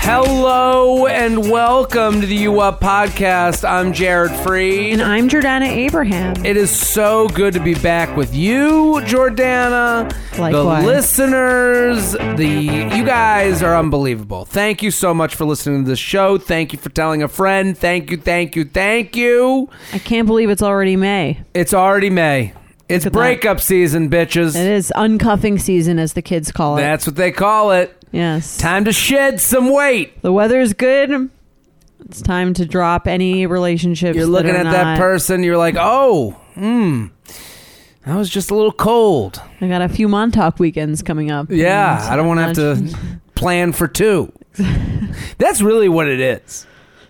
Hello and welcome to the U Up Podcast. I'm Jared Free. And I'm Jordana Abraham. It is so good to be back with you, Jordana. Likewise. The listeners, the you guys are unbelievable. Thank you so much for listening to the show. Thank you for telling a friend. Thank you, thank you, thank you. I can't believe it's already May. It's already May. It's Look at that. breakup season, bitches. It is uncuffing season, as the kids call it. That's what they call it. yes. Time to shed some weight. the weather's good. It's time to drop any relationships. You're looking at that are that not- person, you're like, oh, hmm. I was just a little cold. I got a few Montauk weekends coming up. Yeah, Mm, so I don't want to have much. to plan for two. That's really what it is.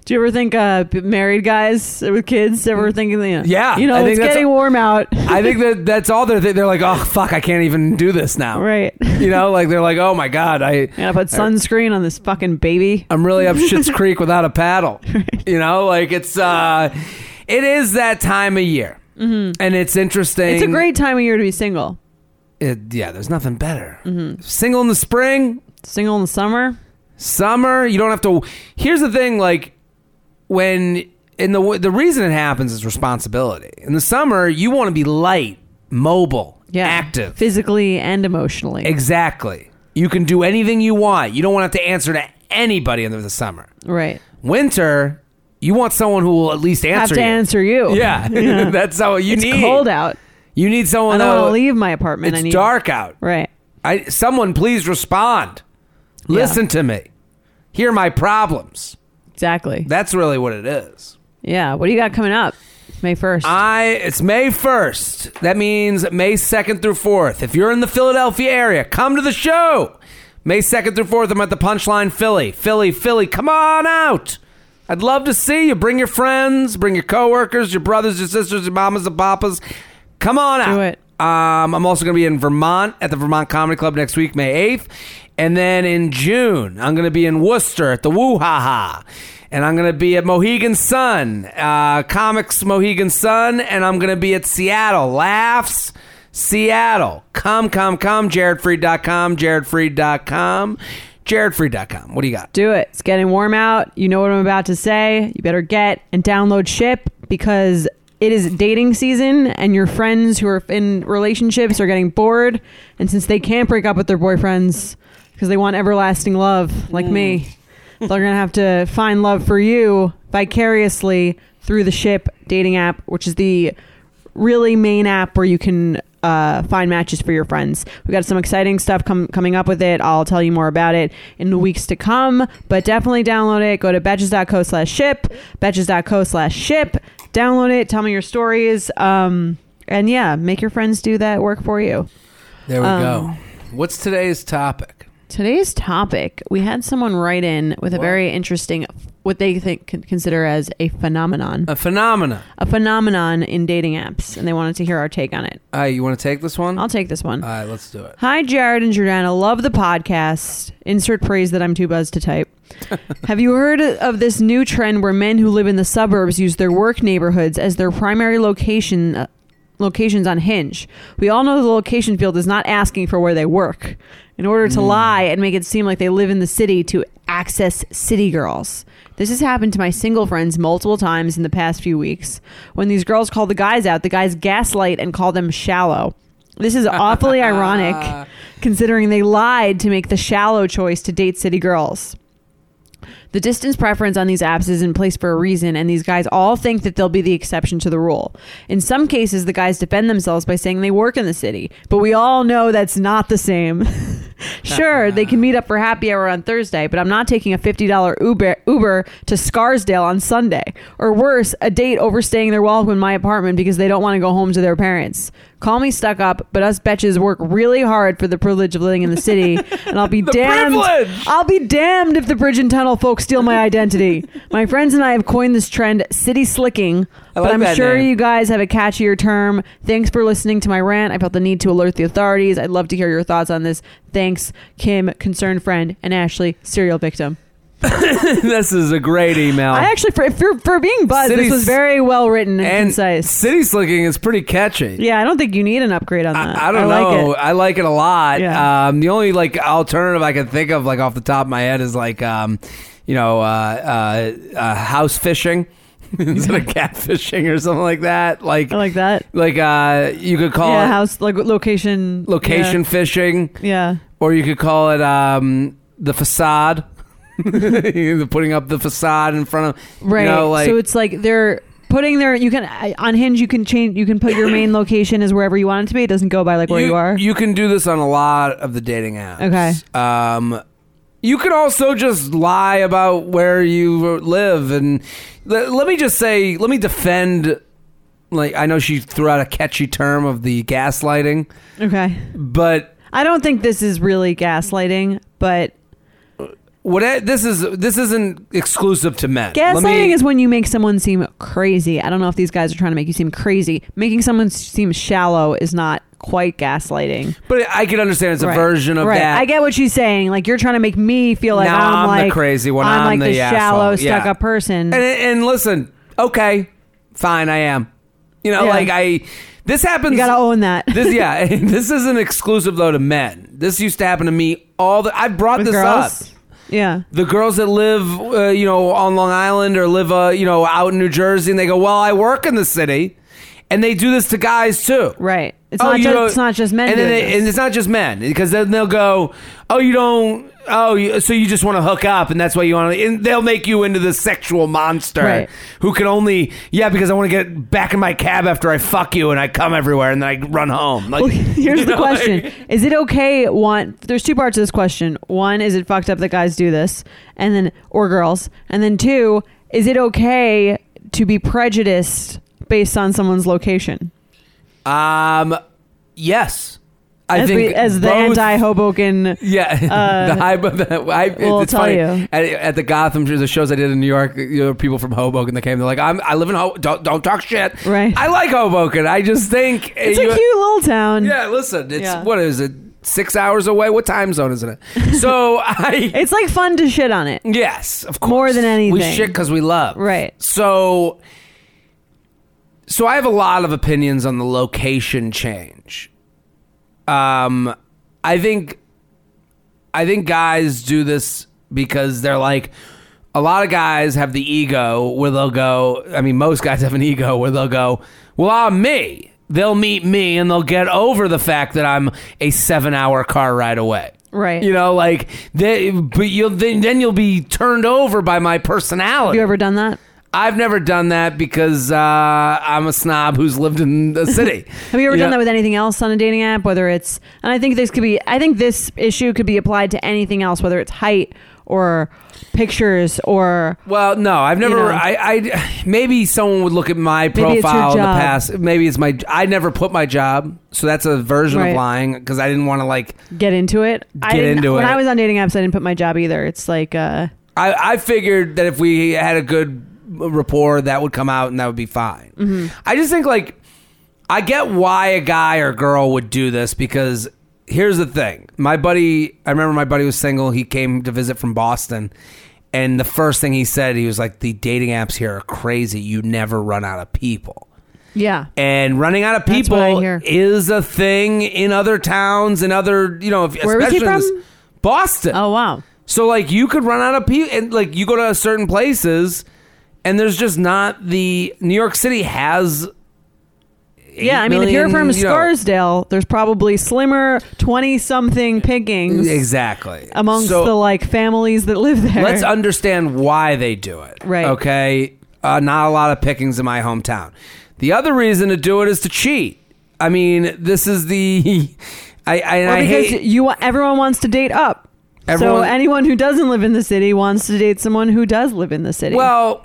Do you ever think uh, b- married guys with kids ever thinking, you know, Mm. Yeah, uh, you I know, think it's that's- getting warm out, I think that that's all they're they're like, oh fuck, I can't even do this now. right? You know, like they're like, oh my god, I Gotta put sunscreen on this fucking baby. I'm really up Shit's Creek without a paddle. You know, like it's uh, it is that time of year, mm-hmm. and it's interesting. It's a great time of year to be single. It, yeah, there's nothing better. Mm-hmm. Single in the spring, Single in the summer, summer you don't have to here's the thing like when in the the reason it happens is responsibility in the summer you want to be light mobile yeah, active physically and emotionally. exactly you can do anything you want you don't want to have to answer to anybody in the summer right. winter you want someone who will at least have answer to you. answer you. yeah, that's how you It's need cold out. you need someone I don't want that'll- to leave my apartment. it's I need dark out Right. I someone please respond listen to me hear my problems Exactly. that's really what it is Yeah. What do you got coming up? May first. I it's May 1st. That means May 2nd through 4th. If you're in the Philadelphia area, come to the show. May 2nd through 4th, I'm at the Punchline Philly. Philly, Philly, come on out. I'd love to see you. Bring your friends, bring your coworkers, your brothers, your sisters, your mamas and papas. Come on out. Do it. Um, I'm also going to be in Vermont at the Vermont Comedy Club next week, May 8th. And then in June, I'm going to be in Worcester at the Woo Ha Ha. And I'm going to be at Mohegan Sun, uh, Comics Mohegan Sun. And I'm going to be at Seattle, Laughs Seattle. Come, come, come. JaredFreed.com, JaredFreed.com, JaredFreed.com. What do you got? do it. It's getting warm out. You know what I'm about to say. You better get and download Ship because it is dating season and your friends who are in relationships are getting bored and since they can't break up with their boyfriends because they want everlasting love like Hmm. me, they're going to have to find love for you vicariously through the Ship dating app, which is the really main app where you can uh, find matches for your friends. We got some exciting stuff com- coming up with it. I'll tell you more about it in the weeks to come, but definitely download it. Go to betches.co slash ship, betches.co slash ship. Download it. Tell me your stories. Um, and yeah, make your friends do that work for you. There we Um, go. What's today's topic? Today's topic, we had someone write in with a Whoa. very interesting, what they think consider as a phenomenon, A phenomena. a phenomenon in dating apps, and they wanted to hear our take on it. All right, you want to take this one? I'll take this one. All right, let's do it. Hi, Jared and Jordana. Love the podcast. Insert praise that I'm too buzzed to type. Have you heard of this new trend where men who live in the suburbs use their work neighborhoods as their primary location? Uh, locations on Hinge. We all know the location field is not asking for where they work. In order to lie and make it seem like they live in the city to access city girls. This has happened to my single friends multiple times in the past few weeks. When these girls call the guys out, the guys gaslight and call them shallow. This is awfully ironic considering they lied to make the shallow choice to date city girls. The distance preference on these apps is in place for a reason, and these guys all think that they'll be the exception to the rule. In some cases, the guys defend themselves by saying they work in the city, but we all know that's not the same. sure, they can meet up for happy hour on Thursday, but I'm not taking a $50 Uber Uber to Scarsdale on Sunday, or worse, a date overstaying their welcome in my apartment because they don't want to go home to their parents. Call me stuck up, but us betches work really hard for the privilege of living in the city, and I'll be damned. privilege! I'll be damned if the bridge and tunnel folks steal my identity. my friends and I have coined this trend, city slicking, I but like I'm that sure name. you guys have a catchier term. Thanks for listening to my rant. I felt the need to alert the authorities. I'd love to hear your thoughts on this. Thanks, Kim, concerned friend, and Ashley, serial victim. this is a great email. I actually, for, for, for being Buzz, Uh, City this was s- very well written and, and concise. city slicking is pretty catchy. Yeah, I don't think you need an upgrade on that. I, I don't like know. it. I like it a lot. Yeah. Um, the only like alternative I can think of, like off the top of my head, is like, um, you know, uh, uh, uh, house fishing instead of cat fishing or something like that. Like, I like that. like uh, you could call yeah, it house like location. location fishing, Yeah. or you could call it um, the facade. putting up the facade in front of you Right. know, like- so it's like they're putting their you can I- on Hinge you can change you can put your main location as wherever you want it to be. It doesn't go by like where you, are. can do this on a lot of the dating apps. Okay. Um, you can also just lie about where you live, and le- let me just say, let me defend. Like I know she threw out a catchy term of the gaslighting, okay. but I don't think this is really gaslighting, but what I- this is this isn't exclusive to men. Let gaslighting me- is when you make someone seem crazy. I don't know if these guys are trying to make you seem crazy. Making someone seem shallow is not quite gaslighting. but I can understand it's a Right. version of right. that. I get what she's saying. Like you're trying to make me feel like Now I'm the like crazy one. I'm, I'm like the this shallow, asshole. Yeah. stuck up person. And, and listen, okay, fine, I am. You know, Yeah. like I, this happens. you gotta own that. this yeah this isn't exclusive though to men this used to happen to me all the i brought With this girls. up Yeah. the girls that live uh, you know on long island or live uh, you know out in new jersey and they go well i work in the city and they do this to guys too Right. It's Oh, not you just don't- it's not just men. and then doing they- this. and it's not just men because then they'll go oh you don't oh you, so you just want to hook up and that's why you want to and they'll make you into this sexual monster Right. who can only yeah because i want to get back in my cab after i fuck you and i come everywhere and then i run home like Well, here's you the know, question: like- Is it okay? One, there's two parts of this question. One, is it fucked up that guys do this, and then or girls, and then two, is it okay to be prejudiced based on someone's location? Um, yes, I as, think we- as the both- anti Hoboken. Yeah, uh, the high, the, I, we'll it's tell funny. you. At, at the Gotham the shows I did in New York, you know, people from Hoboken that came, they're like, "I'm I live in Hoboken. Don't, don't talk shit." Right. I like Hoboken. I just think It's a cute little town. Yeah, listen, it's Yeah. what is it? Six hours away. What time zone is it? in? So I It's like fun to shit on it. yes, of course, More than we anything. shit because we love. Right. So, so I have a lot of opinions on the location change. Um, I think, I think guys do this because they're like, a lot of guys have the ego where they'll go. I mean, most guys have an ego where they'll go, "Well, I'm me." They'll meet me and they'll get over the fact that I'm a seven-hour car ride away. Right. You know, like they, but you'll then, then you'll be turned over by my Have personality. you ever done that? I've never done that because uh, I'm a snob who's lived in the city. Have you ever done know? that with anything else on a dating app? Whether it's, and I think this could be, I think this issue could be applied to anything else, whether it's height or pictures or Well, no, I've never. know. I, I maybe someone would look at my it's your profile in the job. past. Maybe it's my. I never put my job, so that's a version Right. of lying because I didn't want to like. get into it. I Get didn't- into when it. I was on dating apps, I didn't put my job either. It's like, uh, I, I figured that if we had a good rapport, that would come out and that would be fine. Mm-hmm. I just think like I get why a guy or girl would do this because here's the thing. My buddy, I remember my buddy was single. He came to visit from Boston. And the first thing he said, he was like, the dating apps here are crazy. You never run out of people. yeah, And running out of That's what I people hear. is a thing in other towns and other, you know, if, Where was he especially in this- from? Boston. oh wow, So like you could run out of people, and like you go to certain places, and there's just not the New York City has Yeah, I mean, if you're from Scarsdale, there's probably slimmer, twenty-something pickings exactly amongst So- the like families that live there. Let's understand why they do it. Right. Okay. Uh, not a lot of pickings in my hometown. The other reason to do it is to cheat. I mean, this is the. I, I, and or I because hate. you want everyone wants to date up. so Everyone- anyone who doesn't live in the city wants to date someone who does live in the city. Well,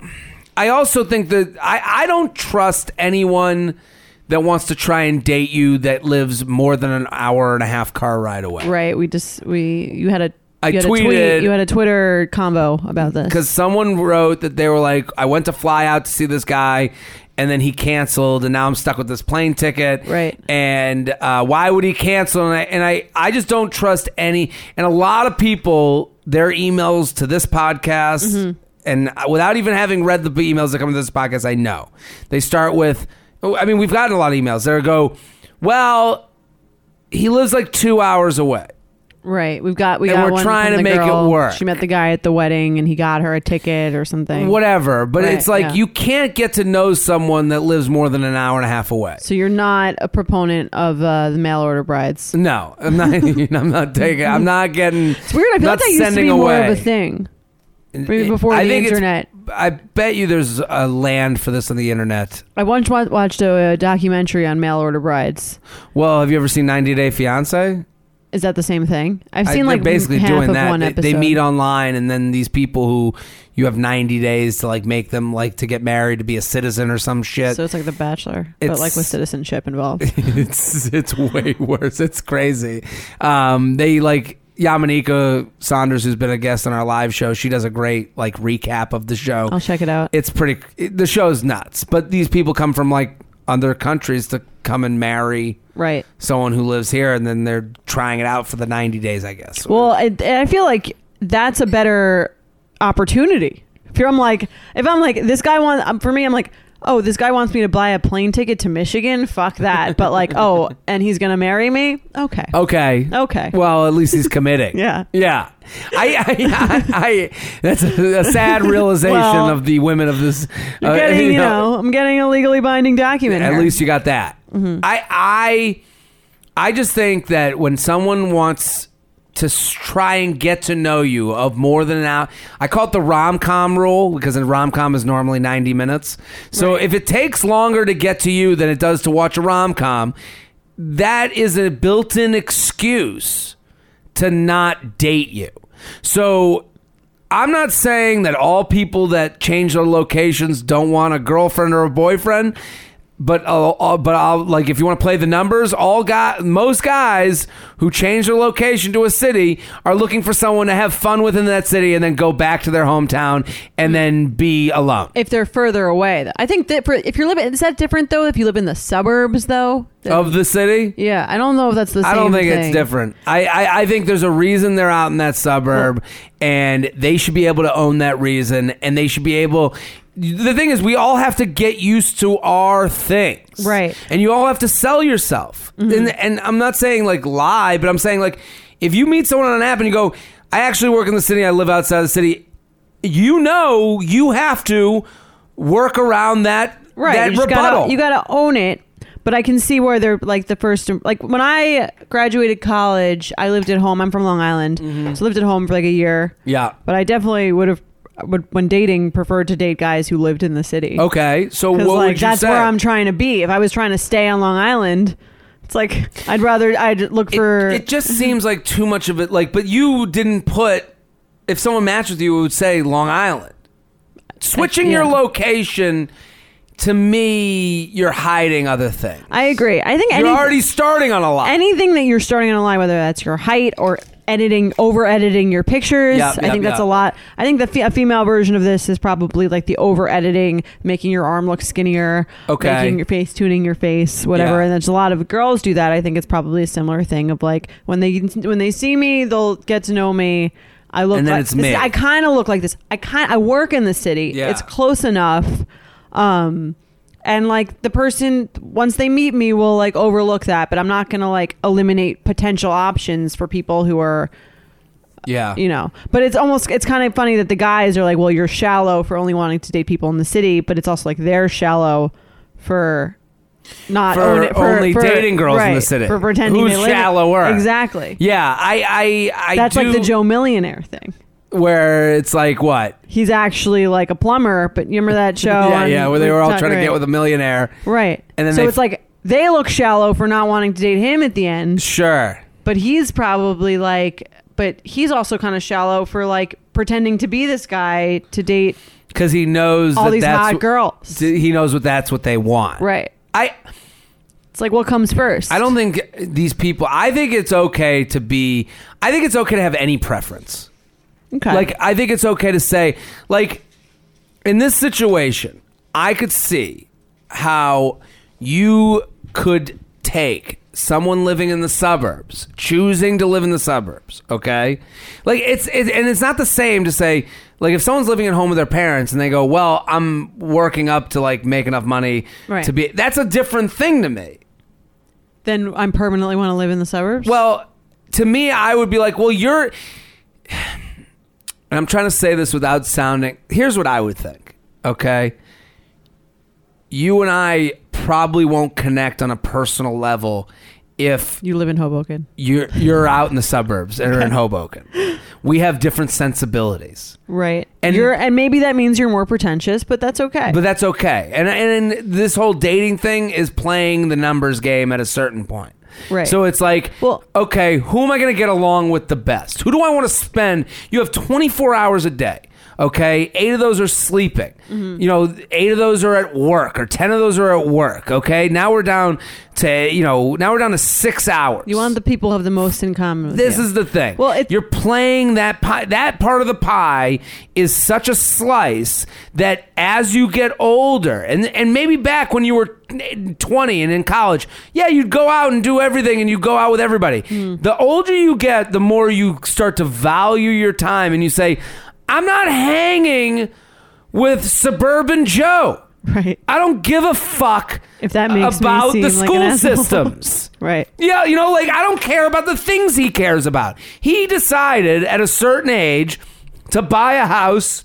I also think that I, I don't trust anyone that wants to try and date you that lives more than an hour and a half car ride away. right? We just we you had a I you had a tweeted- tweet, you had a Twitter combo about this. because someone wrote that they were like, I went to fly out to see this guy, and then he canceled, and now I'm stuck with this plane ticket. Right. And uh, why would he cancel? And I, and I, I just don't trust any. And a lot of people, their emails to this podcast, and uh, without even having read the emails that come to this podcast, I know they start with. oh, I mean, we've gotten a lot of emails that go, well, he lives like two hours away. Right. We've got we And got we're one trying from to the make it girl. work. She met the guy at the wedding and he got her a ticket or something. Whatever, but Right, it's like yeah. you can't get to know someone that lives more than an hour and a half away. So you're not a proponent of uh, the mail order brides. No, I'm not. I'm not taking. I'm not getting. It's weird. I feel not like that used to sending be more away. of a thing. Maybe before I the think it's- internet. I bet you there's a land for this on the internet. I once wa- watched a, uh documentary on mail order brides. Well, have you ever seen 90 Day Fiance? Is that the same thing? I've I- seen they're like basically half doing of that. one they, episode. they meet online, and then these people who you have 90 days to like make them like to get married to be a citizen or some shit. so it's like The Bachelor, but It's- like with citizenship involved. it's it's way worse. It's crazy. Um, they like Yamanika Saunders, who's been a guest on our live show. She does a great like recap of the show. I'll check it out. It's pretty. It, the show's nuts, but these people come from like other countries to come and marry right. someone who lives here, and then they're trying it out for the ninety days, I guess. Well, I, I feel like that's a better opportunity. If you're, I'm like, if I'm like, this guy wants um, for me, I'm like, oh, this guy wants me to buy a plane ticket to Michigan. Fuck that. But like, oh, and he's gonna marry me. Okay. okay. Okay. Well, at least he's committing. Yeah. yeah. I, I, I, I that's a, a sad realization Well, of the women of this. You're uh, getting, you know, I'm getting a legally binding document. At here. least you got that. I I I just think that when someone wants to s- try and get to know you of more than an hour, I call it the rom com rule because a rom com is normally ninety minutes. So if it takes longer to get to you than it does to watch a rom com, that is a built in excuse to not date you. So I'm not saying that all people that change their locations don't want a girlfriend or a boyfriend, but I'll, I'll- but I'll like if you want to play the numbers, all guy most guys who change their location to a city are looking for someone to have fun with in that city and then go back to their hometown and then be alone. if they're further away, th- I think that for if you're living, is that different though? If you live in the suburbs, though. Then- Of the city, yeah, I don't know if that's the same. Uh, I don't think thing. it's different. I, I, I think there's a reason they're out in that suburb, and they should be able to own that reason, and they should be able. The thing is, we all have to get used to our things, Right. Mm-hmm. And you all have to sell yourself. And, and I'm not saying like lie, but I'm saying like if you meet someone on an app and you go, "I actually work in the city. I live outside of the city," you know you have to work around that right that you just rebuttal. Gotta, you gotta own it but i can see where they're like the first like when i graduated college i lived at home i'm from long island Mm-hmm. so I lived at home for like a year yeah. but i definitely would have would when dating preferred to date guys who lived in the city Okay. So what because would like you that's say? where i'm trying to be if i was trying to stay on long island it's like i'd rather i'd look It- for Mm-hmm. It, just seems like too much of it. Like, but you didn't put. If someone matched with you, it would say Long Island. Switching your yeah. location to me, you're hiding other things. i agree i think You're any, already starting on a lot. anything that you're starting on a lie, whether that's your height or editing, over editing your pictures, Yep, I yep, think that's yep. a lot. I think the fe- a female version of this is probably like the over editing, making your arm look skinnier, Okay. making your face, tuning your face, whatever. Yeah. And there's a lot of girls do that. I think it's probably a similar thing of like when they when they see me, they'll get to know me. I look And then like it's this- me. I kind of look like this. I kind I work in the city. Yeah. It's close enough. Um, and like the person once they meet me will like overlook that but i'm not gonna like eliminate potential options for people who are yeah. you know but it's almost it's kind of funny that the guys are like well you're shallow for only wanting to date people in the city but it's also like they're shallow for not for own it, for, only for- dating girls in the right, city. for pretending Who's they live it. shallower? Exactly. Yeah, I, I, I That's do like the Joe Millionaire thing. where it's like what? He's actually like a plumber, but you remember that show? yeah, on- yeah, where they were all Tucker, trying to get right? with a millionaire. Right. And then so they- it's like they look shallow for not wanting to date him at the end, Sure. but he's probably like, but he's also kind of shallow for like pretending to be this guy to date because he knows all that these that's hot what- girls. He knows what that's what they want. right. I It's like what comes first. I don't think these people. I think it's okay to be. I think it's okay to have any preference. okay. Like I think it's okay to say like in this situation, I could see how you could take someone living in the suburbs, choosing to live in the suburbs, okay? Like it's it, and it's not the same to say like if someone's living at home with their parents and they go, "Well, I'm working up to like make enough money Right. to be." That's a different thing to me. then I'm permanently want to live in the suburbs. Well, to me, I would be like, well, you're. And I'm trying to say this without sounding. Here's what I would think, okay? You and I probably won't connect on a personal level if you live in Hoboken. you're you're out in the suburbs and are in Hoboken. We have different sensibilities. Right. And- And you're and maybe that means you're more pretentious, but that's okay. But that's okay. And and this whole dating thing is playing the numbers game at a certain point. Right. So it's like, Well- okay, who am I going to get along with the best? Who do I want to spend? You have 24 hours a day. Okay, eight of those are sleeping. Mm-hmm. You know, eight of those are at work, or ten of those are at work. Okay, now we're down to you know, now we're down to six hours. you want the people who have the most in common with This you. is the thing. Well, it- you're playing that pie. That part of the pie is such a slice that as you get older, and and maybe back when you were 20 and in college, yeah, you'd go out and do everything, and you go out with everybody. Hmm. The older you get, the more you start to value your time, and you say, "I'm not hanging with suburban Joe. right. I don't give a fuck If that makes me about the seem like an school asshole." systems." Right. Yeah, you know, like I don't care about the things he cares about. He decided at a certain age to buy a house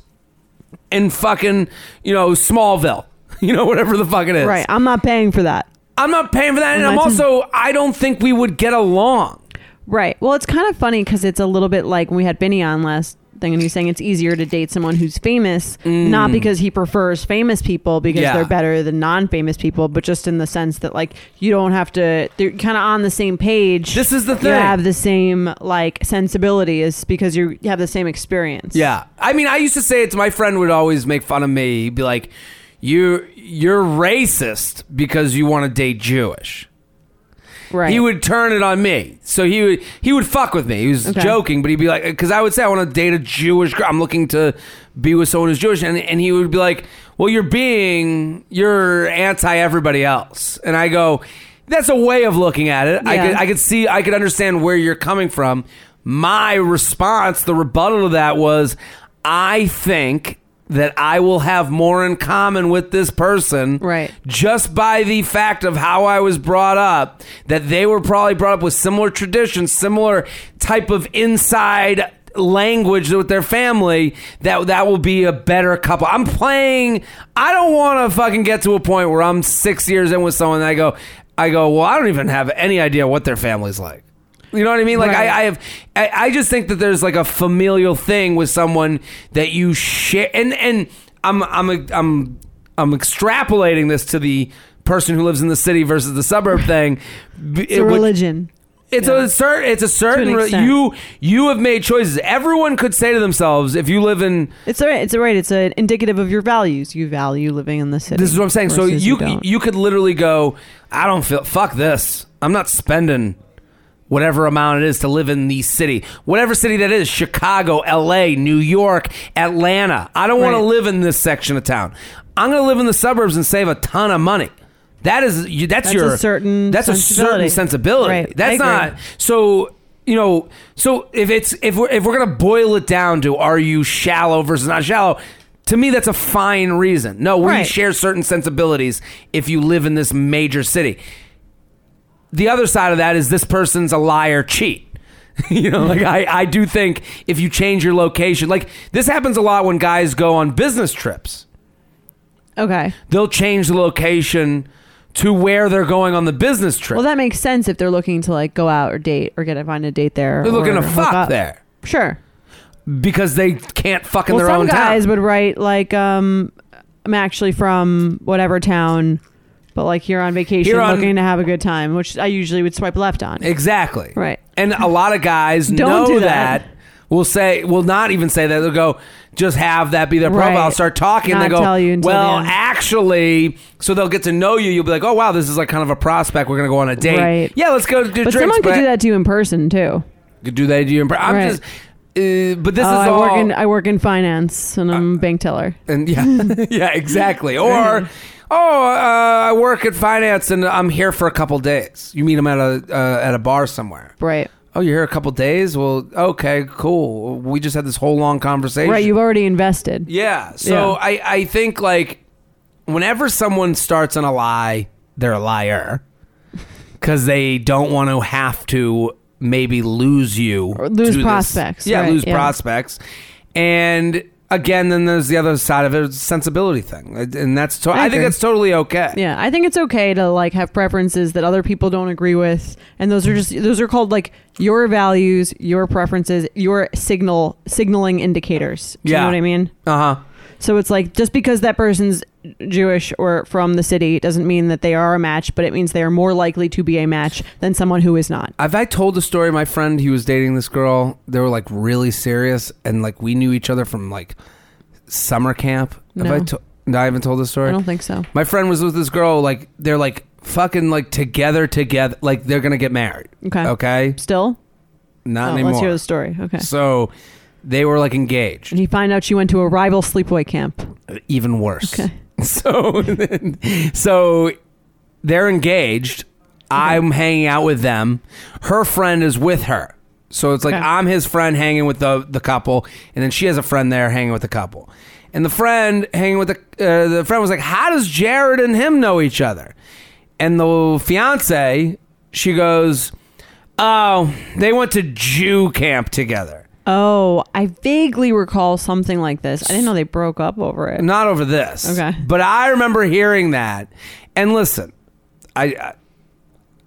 in fucking, you know, Smallville. You know, whatever the fuck it is. Right. I'm not paying for that. I'm not paying for that. And And I'm that's- also, I don't think we would get along. Right. Well, it's kind of funny because it's a little bit like when we had Benny on last thing, and he was saying it's easier to date someone who's famous, not because he prefers famous people because Mm. Yeah. they're better than non-famous people, but just in the sense that like you don't have to. They're kind of on the same page. This is the You thing. have the same like sensibility is because you you have the same experience. Yeah. I mean, I used to say it to my friend would always make fun of me. He'd be like, you, you're racist because you want to date Jewish. Right. He would turn it on me. So he would he would fuck with me. He was Okay. joking, but he'd be like, because I would say I want to date a Jewish girl. I'm looking to be with someone who's Jewish, and and he would be like, well, you're being you're anti everybody else, and I go, that's a way of looking at it. I Yeah. could I could see I could understand where you're coming from. My response, the rebuttal to that was, I think. That I will have more in common with this person Right. just by the fact of how I was brought up, that they were probably brought up with similar traditions, similar type of inside language with their family, that that will be a better couple. I'm playing. I don't want to fucking get to a point where I'm six years in with someone and I go, I go, well, I don't even have any idea what their family's like. You know what I mean? Like Right. I, I have, I, I just think that there's like a familial thing with someone that you share, and and I'm I'm I'm I'm extrapolating this to the person who lives in the city versus the suburb thing. It's a religion. It's a certain. It's a certain. re- extent. you you have made choices. Everyone could say to themselves, if you live in It's all right. It's all right. It's a indicative of your values. You value living in the city. This is what I'm saying. So versus you you, don't. could literally go, I don't feel fuck this. I'm not spending whatever amount it is to live in the city. Whatever city that is, Chicago, LA, New York, Atlanta. I don't want Right. to live in this section of town. I'm going to live in the suburbs and save a ton of money. That is you that's, That's your a certain That's a certain sensibility. sensibility. Right. I That's agree. not so you know, so if it's if we're if we're gonna boil it down to are you shallow versus not shallow, to me that's a fine reason. No, we Right. share certain sensibilities if you live in this major city. The other side of that is this person's a liar, cheat. you know, like I, I do think if you change your location, like this happens a lot when guys go on business trips okay. they'll change the location to where they're going on the business trip. Well, that makes sense if they're looking to like go out or date or get a find a date there. they're looking or to hook fuck up. there Sure. because they can't fuck in well, their some own guys town. would write like, um, "I'm actually from whatever town, but like here on vacation, Here on- looking to have a good time," which I usually would swipe left on. Exactly. Right. And a lot of guys Don't know do that. that. Will say, will not even say that. They'll go, just have that be their profile. Right. Start talking. Not they go, tell you until the well, end." actually, so they'll get to know you. You'll be like, oh wow, this is like kind of a prospect. We're gonna go on a date. Right. Yeah, let's go do but drinks. someone could but do that to you in person too. could do that to you. in per- I'm Right. just, uh, but this Oh, is I all. work in I work in finance and I'm a bank teller. and yeah, yeah, exactly. Or. Oh, uh, I work at finance, and I'm here for a couple days. You meet them at a uh, at a bar somewhere. Right. Oh, you're here a couple days? Well, okay, cool. We just had this whole long conversation. Right. You've already invested. yeah. So Yeah. I, I think like whenever someone starts on a lie, they're a liar because they don't want to have to maybe lose you, Or lose to this- prospects, Yeah, right, lose yeah. prospects. And again, then there's the other side of it, it's a sensibility thing, and that's to- I, think agree. that's totally okay. Yeah, I think it's okay to like have preferences that other people don't agree with, and those are just those are called like your values, your preferences, your signal signaling indicators. Do Yeah. you know what I mean? Uh huh. So it's like just because that person's Jewish or from the city doesn't mean that they are a match, but it means they are more likely to be a match than someone who is not. Have I told the story? of My friend, he was dating this girl. They were like really serious, and like we knew each other from like summer camp. Have No. I to- no, I haven't told the story. I don't think so. My friend was with this girl. Like they're like fucking like together, together. Like they're gonna get married. Okay. Okay. Still, Not Oh, anymore. let's hear the story. Okay. So they were like engaged. And he find out she went to a rival sleepaway camp. even worse. Okay. So so they're engaged. I'm hanging out with them. Her friend is with her. So it's like Okay. I'm his friend hanging with the the couple and then she has a friend there hanging with the couple. And the friend hanging with the uh, the friend was like, "How does Jared and him know each other?" And the fiance, she goes, "Oh, they went to Jew camp together." Oh, I vaguely recall something like this. I didn't know they broke up over it. Not over this. Okay. But I remember hearing that. And listen, I I,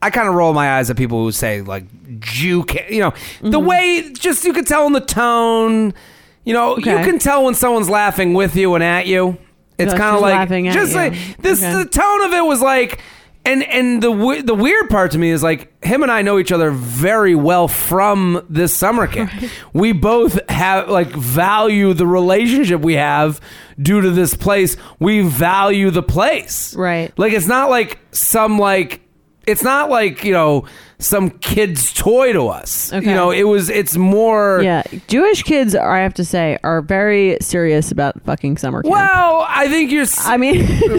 I kind of roll my eyes at people who say like Jew, ca-, you know, Mm-hmm. the way just you can tell in the tone, you know, you Okay. can tell when someone's laughing with you and at you. It's Just kind of she's like laughing at just you. like this Okay. the tone of it was like and and the we- the weird part to me is like him and I know each other very well from this summer camp. We both have like value the relationship we have due to this place. We value the place. Right. Like it's not like some like it's not like, you know, some kid's toy to us. Okay. You know, it was it's more Yeah, Jewish kids are, I have to say, are very serious about fucking summer camp. Well, I think you're s- I mean,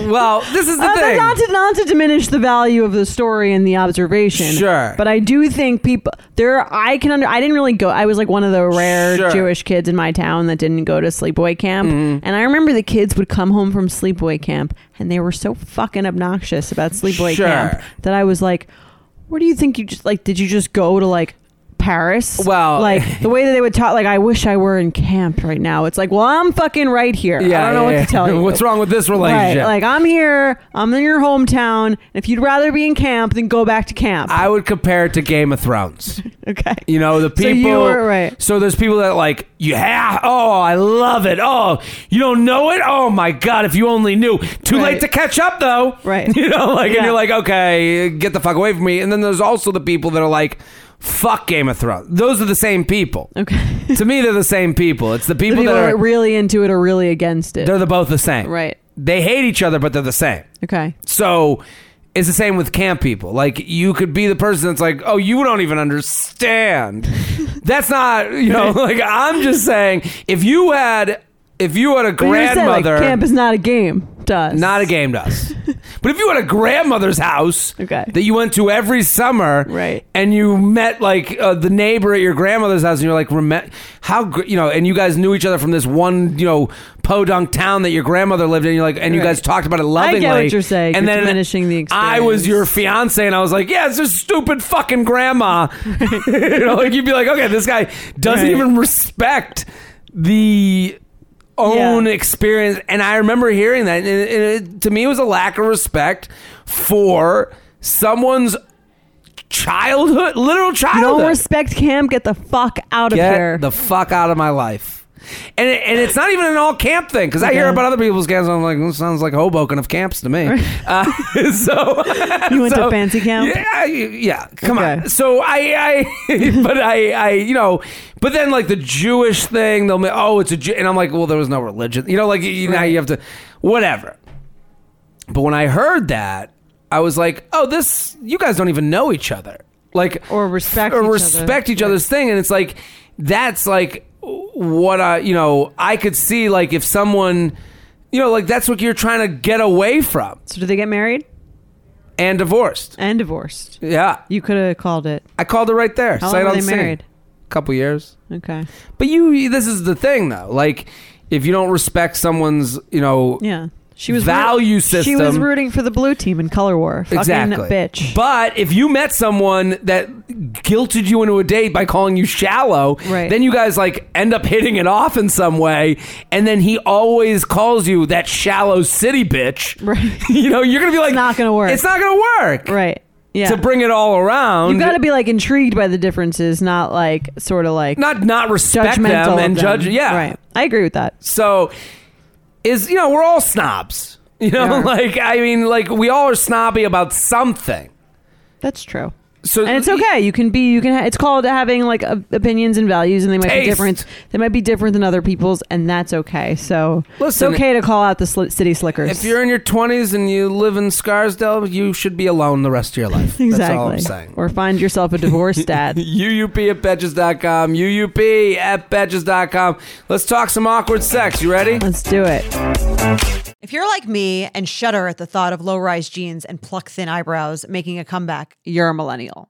well, this is the Uh, thing. not to not to diminish the value of the story and the observation. Sure. but I do think people there. I can under. I didn't really go. I was like one of the rare Sure. Mm-hmm. Jewish kids in my town that didn't go to sleepaway camp. And I remember the kids would come home from sleepaway camp and they were so fucking obnoxious about sleepaway Sure. camp that I was like, "What do you think? You just like? Did you just go to like?" Paris. Well- like the way that they would talk, like I wish I were in camp right now. It's like, well, I'm fucking right here. I don't know what yeah. to tell you. What's wrong with this Right. relationship? Like I'm here. I'm in your hometown. And if you'd rather be in camp, then go back to camp. I would compare it to Game of Thrones. okay. You know, the So people. you were right. So there's people that like, yeah, oh, I love it. Oh, you don't know it? Oh my God, if you only knew. Too Right. late to catch up though. Right. You know, like, and Yeah. you're like, okay, get the fuck away from me. And then there's also the people that are like, fuck Game of Thrones. Those are the same people. Okay. to me, they're the same people. It's the The people people that are are, really into it or really against it. they're the, both the same. Right. They hate each other, but they're the same. Okay. So it's the same with camp people. Like you could be the person that's like, "Oh, you don't even understand." that's not, you know, like I'm just saying if you had if you had a But you said, like, grandmother camp is not a game to us. not a game to us. but if you had a grandmother's house Okay. that you went to every summer, Right. and you met like uh, the neighbor at your grandmother's house, and you're like, Rem- how gr-, you know, and you guys knew each other from this one, you know, podunk town that your grandmother lived in. You're like, and you Right. guys talked about it lovingly. what you're saying. And You're then diminishing the I was experience. your fiance, and I was like, yeah, it's just stupid fucking grandma. you know, like you'd be like, okay, this guy doesn't Right. even respect the own Yeah. experience. And I remember hearing that. And it, it- to me, it was a lack of respect for someone's childhood, literal You childhood. don't respect camp. Get the fuck out of Get here. the fuck out of my life. And, it, and it's not even an all camp thing because I hear Yeah. about other people's camps. And I'm like, this sounds like Hoboken of camps to me. Uh, so You went to so- fancy camp? Yeah, yeah. Come Okay. on. So I, I, but I, I, you know, but then like the Jewish thing, they'll make, oh, it's a Jew, and I'm like, well, there was no religion, you know, like you, now you have to, whatever. But when I heard that, I was like, oh, this, you guys don't even know each other, like Or respect or each other. respect each other's thing, and it's like that's like what I, you know, I could see like if someone. You know, like that's what you're trying to get away from so did they get married and divorced. and divorced? Yeah. You could have called it. I called it right there. How sight long were they unseen. married? Couple years. Okay. But you, this is the thing though. Like, if you don't respect someone's, you know, Yeah. She was Value She was system. rooting for the blue team in color war. Fucking exactly, bitch. But if you met someone that guilted you into a date by calling you shallow, Right. then you guys like end up hitting it off in some way, and then he always calls you that shallow city bitch. Right. You know, you're gonna be like, not gonna work. It's not gonna work. right. Yeah. To bring it all around, you got to be like intrigued by the differences, not like sort of like not not respect judgmental them of and judge. Yeah, Right. I agree with that. So is you know we're all snobs. You know, Yeah. like I mean, like we all are snobby about something. That's true. So And it's okay. You can be. You can. Ha- it's called having like o- opinions and values, and they might Taste. be different. They might be different than other people's, and that's okay. So Listen, it's okay to call out the sli- city slickers. If you're in your 20s and you live in Scarsdale, you should be alone the rest of your life. exactly, That's all I'm saying. or find yourself a divorce dad. UUP at Betches.com. UUP at Betches.com. Let's talk some awkward sex. You ready? Let's do it. If you're like me and shudder at the thought of low rise jeans and pluck thin eyebrows making a comeback, you're a millennial.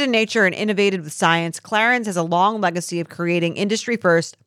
in nature and innovated with science, Clarins has a long legacy of creating industry first,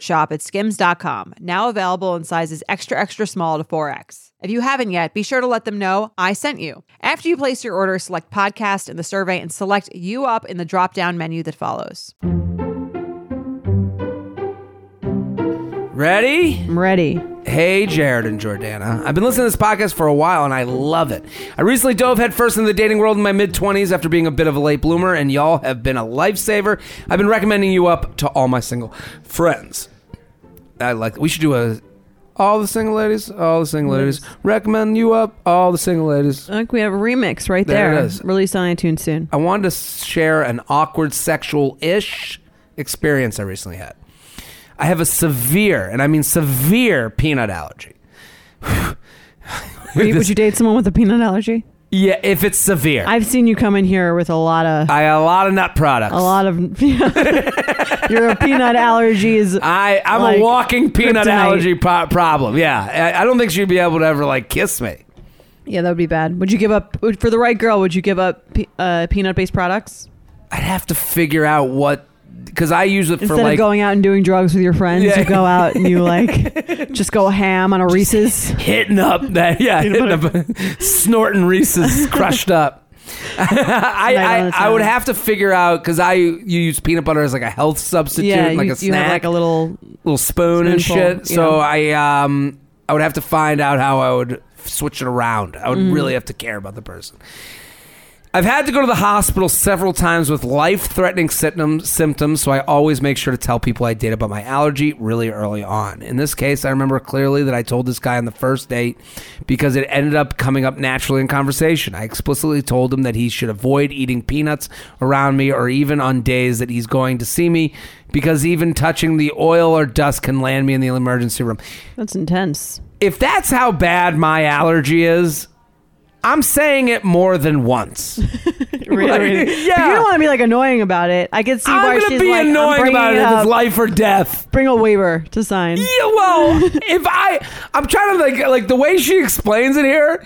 shop at skims.com, now available in sizes extra, extra small to 4X. If you haven't yet, be sure to let them know I sent you. After you place your order, select podcast in the survey and select you up in the drop down menu that follows. Ready? I'm ready. Hey, Jared and Jordana. I've been listening to this podcast for a while and I love it. I recently dove headfirst into the dating world in my mid 20s after being a bit of a late bloomer, and y'all have been a lifesaver. I've been recommending you up to all my single friends. I like We should do a. All the single ladies, all the single ladies. Recommend you up, all the single ladies. I think we have a remix right There there. it is. Released on iTunes soon. I wanted to share an awkward sexual ish experience I recently had. I have a severe, and I mean severe, peanut allergy. Would you, would you date someone with a peanut allergy? yeah, if it's severe, I, I've seen you come in here with a lot of I a lot of nut products. a lot of your peanut allergies. I I'm like, a walking peanut kryptonite. allergy po- problem. Yeah, I, I don't think she'd be able to ever like kiss me. Yeah, that would be bad. Would you give up would- for the right girl? Would you give up pe- uh, peanut-based products I'd have to figure out what because I use it for instead like of going out and doing drugs with your friends? Yeah. You go out and you like just go ham on a Reese's. hitting up that yeah, hitting up, snorting Reese's crushed up. I, Night on I, its I would own. have to figure out because I you use peanut butter as like a health substitute, Yeah, and like you, a snack, you have like a little. little spoon and shit. spoonful, So I yeah. um I would have to find out how I would switch it around. I would Mm. really have to care about the person. I've had to go to the hospital several times with life-threatening symptom, symptoms, so I always make sure to tell people I did about my allergy really early on. In this case, I remember clearly that I told this guy on the first date because it ended up coming up naturally in conversation. I explicitly told him that he should avoid eating peanuts around me or even on days that he's going to see me because even touching the oil or dust can land me in the emergency room. That's intense. If that's how bad my allergy is, I'm saying it more than once. Reiterated. yeah. But you don't want to be like annoying about it. I could see why I'm she's gonna be like, I'm annoying bringing about it if up- it's life or death. Bring a waiver to sign. Yeah, well, if I, I'm trying to like, like the way she explains it here.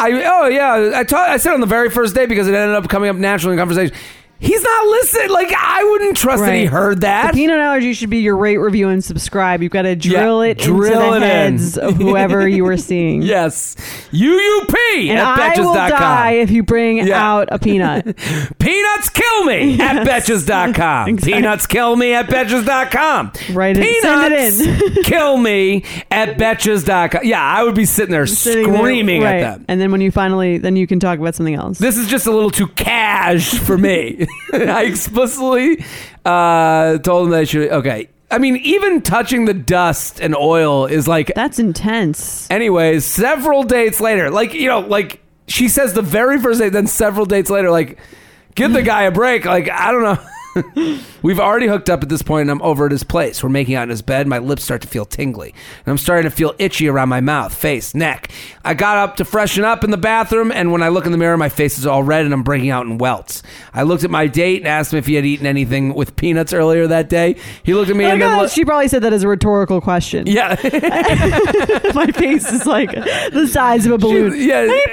I oh yeah, I taught, I said on the very first day because it ended up coming up naturally in conversation. He's not listening. Like I wouldn't trust that he Right. heard that. The peanut allergy should be your rate, review, and subscribe. You've got to Yeah, drill it drill into the it in. heads of whoever you are seeing. yes, UUP And at I will betches.com. die if you bring Yeah. out a peanut. Peanuts kill me at betches.com. Exactly. Peanuts kill me at betches.com. Write it- send it Peanuts kill me at betches.com. Yeah, I would be sitting there Sitting there, screaming right. at them. And then when you finally, then you can talk about something else. This is just a little too cash for me. I explicitly uh, told him that I should. Okay. I mean, even touching the dust and oil is like That's intense. Anyways, several dates later, like you know, like she says the very first date, then several dates later, like give the guy a break. Like I don't know. We've already hooked up at this point, and I'm over at his place. We're making out in his bed. My lips start to feel tingly, and I'm starting to feel itchy around my mouth, face, neck. I got up to freshen up in the bathroom, and when I look in the mirror, my face is all red, and I'm breaking out in welts. I looked at my date and asked him if he had eaten anything with peanuts earlier that day. He looked at me Oh my and then God, looked. she probably said that as a rhetorical question. yeah. My face is like the size of a balloon. She- yeah. Any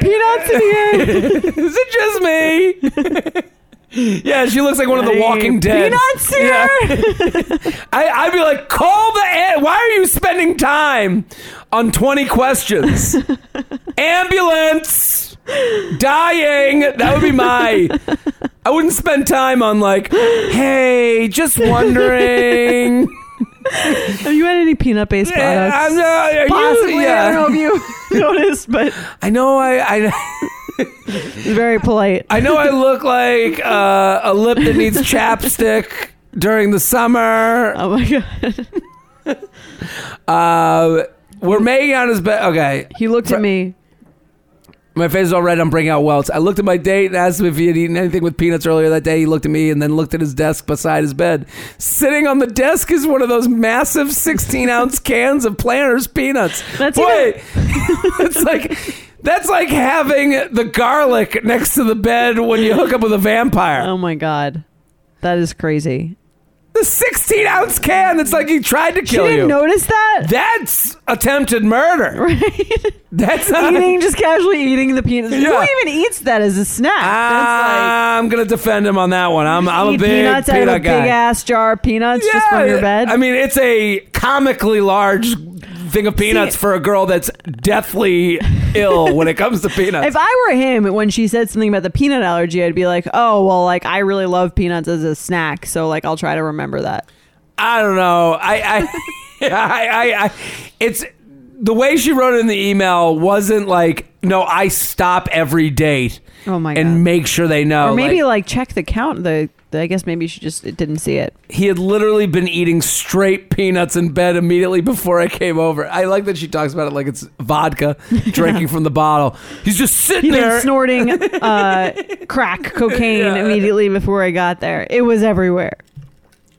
peanuts in here? Is it just me? yeah, she looks like one of the Any Walking Dead. Peanuts here? I, I'd be like, call the. Am- Why are you spending time on twenty questions? Ambulance, dying. That would be my. I wouldn't spend time on like, hey, just wondering. Have you had any peanut-based products? I'm not- are you- Possibly, I yeah. don't know if you noticed, but I know. I. I it's very polite. I know I look like uh, a lip that needs chapstick during the summer. Oh my god! Uh, we're making out his bed. Okay, He looked at me. my face is all red. I'm bringing out welts. I looked at my date and asked him if he had eaten anything with peanuts earlier that day. He looked at me and then looked at his desk beside his bed. Sitting on the desk is one of those massive 16 ounce cans of Planters peanuts. That's boy. it's like. That's like having the garlic next to the bed when you hook up with a vampire. Oh my god, that is crazy. The 16 ounce can that's like he tried to She kill didn't you. notice that. that's attempted murder. Right? That's not. eating, just casually eating the peanuts. Yeah. Who even eats that as a snack? That's like I'm gonna defend him on that one. I'm I'm a eat big peanuts out peanut of a guy. big ass jar of peanuts just from your bed. I mean, it's a comically large thing of peanuts for a girl that's deathly ill when it comes to peanuts. if I were him, when she said something about the peanut allergy, I'd be like, "Oh, well, like I really love peanuts as a snack, so like I'll try to remember that." I don't know. I I, I, I, I, it's the way she wrote it in the email wasn't like no. I stop every date. Oh my and God. make sure they know. Or maybe Oh, Like, like, check the count. The, the I guess maybe she just didn't see it. he had literally been eating straight peanuts in bed immediately before I came over. I like that she talks about it like it's vodka drinking from the bottle. He's just sitting He there. was snorting uh, crack cocaine Yeah. immediately before I got there. It was everywhere.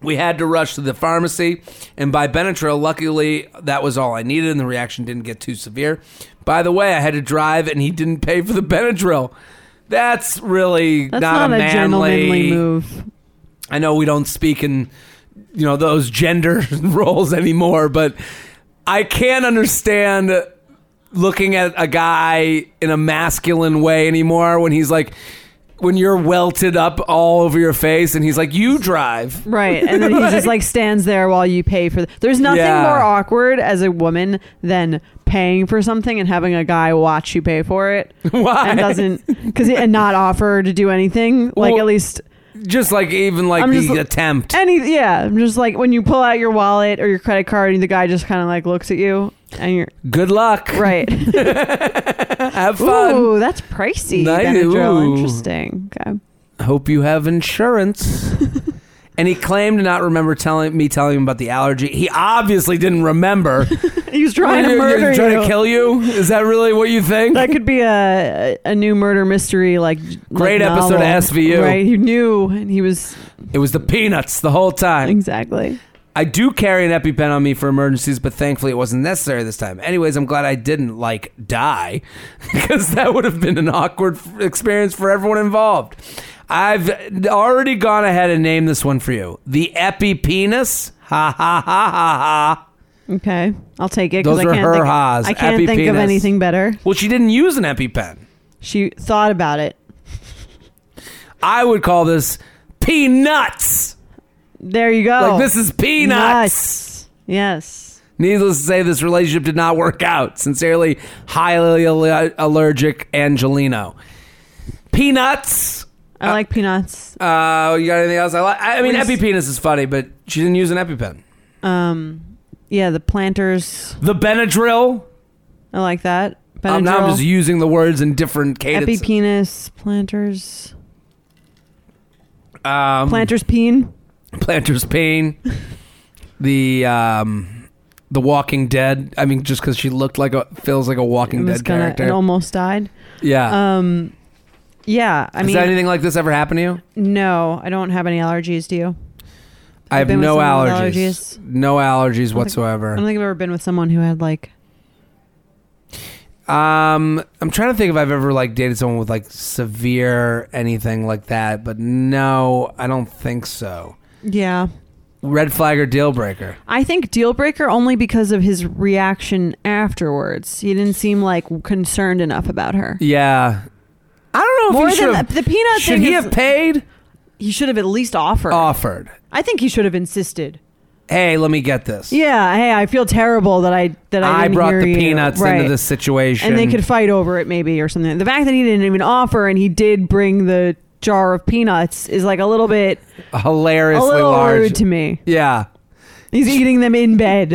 We had to rush to the pharmacy and buy Benadryl. Luckily, that was all I needed, and the reaction didn't get too severe. By the way, I had to drive, and he didn't pay for the Benadryl. That's really That's not, a, gentlemanly move. I know we don't speak in you know those gender roles anymore, but I can't understand looking at a guy in a masculine way anymore when he's like when you're welted up all over your face and he's like you drive. Right. And then he just like stands there while you pay for the- There's nothing Yeah. more awkward as a woman than paying for something and having a guy watch you pay for it Why? and doesn't cuz and not offer to do anything like Well, at least just like even like I'm the just- eh, attempt. any yeah, I'm just like when you pull out your wallet or your credit card and the guy just kind of like looks at you and you're Good luck. right. Have fun. Ooh, that's pricey. Nice. Benadryl. Ooh. Interesting. Okay. hope you have insurance. and he claimed to not remember telling me telling him about the allergy. He obviously didn't remember. He was trying to You're- you're murder trying you. to kill you. Is that really what you think? that could be a a new murder mystery like Great like episode of novel. SVU. Right, he knew and he was it was the peanuts the whole time. exactly. I do carry an EpiPen on me for emergencies, but thankfully it wasn't necessary this time. Anyways, I'm glad I didn't like die because that would have been an awkward f- experience for everyone involved. I've already gone ahead and named this one for you. The Epi Penis. Ha ha ha ha ha. Okay, I'll take it. 'cause Those I were can't her think, ha's, I can't think of epipenis. anything better. Well, she didn't use an EpiPen. She thought about it. I would call this peanuts. There you go. Like this is peanuts. Oh, Nuts. Yes. Needless to say, this relationship did not work out. Sincerely, highly alle- allergic Angelino. Peanuts. I like peanuts. Uh, you got anything else? I like. I mean, What is- EpiPenis is funny, but she didn't use an EpiPen. Um, yeah, the planters. The Benadryl. I like that. Benadryl, Um, now I'm just using the words in different cadences. epipenis, planters, um, planters peen. Planter's Pain, the um, the Walking Dead. I mean, just because she looked like a feels like a Walking It was Dead gonna. It character. almost died. yeah. Um, yeah. I Has mean, anything like this ever happened to you? no, I don't have any allergies. Do you? I have been with no someone with allergies. allergies. No allergies don't think- I don't whatsoever. think I've ever been with someone who had like Um, I'm trying to think if I've ever like dated someone with like severe anything like that, but no, I don't think so. yeah. Red flag or deal breaker? I think deal breaker only because of his reaction afterwards. He didn't seem like concerned enough about her. Yeah. I don't know More if he than should the, have, the peanut should thing. he is- have Uh, paid he should have at least offered. offered. I think he should have insisted. Hey, let me get this. Yeah. Hey, I feel terrible that I that I, I, didn't brought hear the you. peanuts Right. into this situation. and they could fight over it maybe or something. The fact that he didn't even offer and he did bring the jar of peanuts is like a little bit a hilariously little large. rude to me. yeah, He's eating them in bed.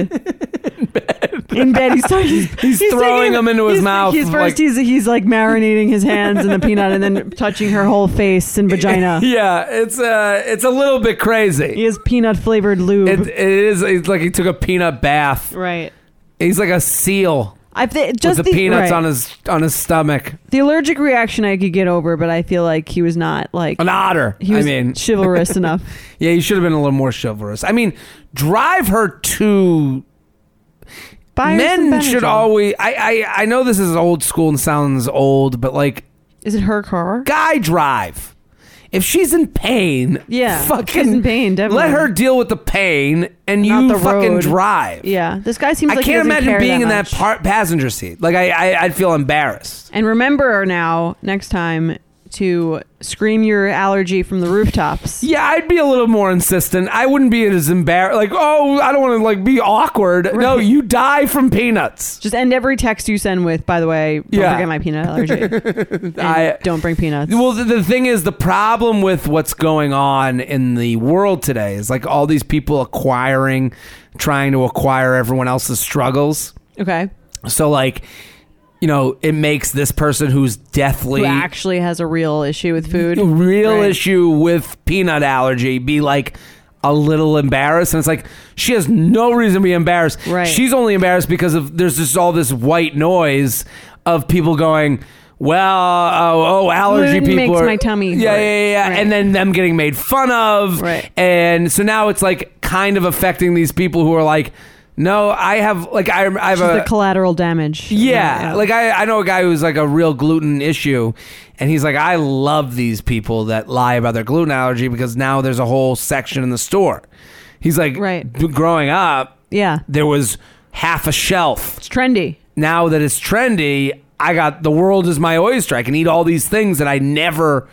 in bed. He's, he's, he's, throwing taking- them into his he's- mouth, He's like- first he's he's like marinating his hands in the peanut and then touching her whole face and vagina. yeah. It's uh, it's a little bit He crazy. has peanut flavored lube. It, it is. It's like he took a peanut bath. right. He's like a seal I th- just with the, peanuts right. on his on his stomach. the allergic reaction I could get over, but I feel like he was not like An otter. he was Oh, I mean, chivalrous enough. yeah. You should have been a little more chivalrous. I mean, drive her to. Buy her some men should Benadryl. always. I, I I know this is old school and sounds old, but like Is it her car? guy drive. If she's in pain, Yeah, if fucking she's in pain, definitely. Let her deal with the pain, and Not you the fucking road. drive. Yeah, this guy seems I like he can't doesn't imagine care being in much. that par- passenger seat. Like I, I, I'd feel embarrassed. And remember now, next time, to scream your allergy from the rooftops. Yeah, I'd be a little more insistent. I wouldn't be as embarrassed. Like, oh, I don't want to like be awkward. No, Right. you die from peanuts. Just end every text you send with, by the way, don't Yeah. forget my peanut allergy. And I- don't bring peanuts. Well, the, the thing is, the problem with what's going on in the world today is like all these people acquiring, trying to acquire everyone else's struggles. okay. So like, you know, it makes this person who's deathly Who actually has a real issue with food. real Right. issue with peanut allergy be like a little embarrassed and it's like she has no reason to be embarrassed. Right. She's only embarrassed because of there's just all this white noise of people going well, oh, oh allergy Gluten people makes are- my tummy Yeah, hurt. yeah, yeah, yeah. Right. And then them getting made fun of, Right. And so now it's like kind of affecting these people who are like, no, I have like I, I have Just a the collateral damage. uh, yeah, like I, I know a guy who's like a real gluten issue, and he's like, I love these people that lie about their gluten allergy because now there's a whole section in the store. He's like, Right. "B- Growing up, yeah, there was half a shelf. it's trendy. Now that it's trendy, I got the world is my oyster. I can eat all these things that I never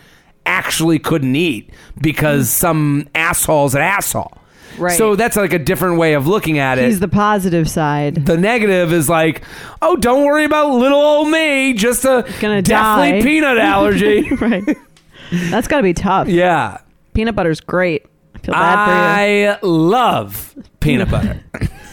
actually couldn't eat because some asshole's an asshole. Mm. Right. So that's like a different way of looking at it. He's the positive side. The negative is like, oh, don't worry about little old me, just a Gonna deathly die. peanut allergy. right. That's got to be tough. yeah. Peanut butter's great. I feel bad for you. I love peanut butter.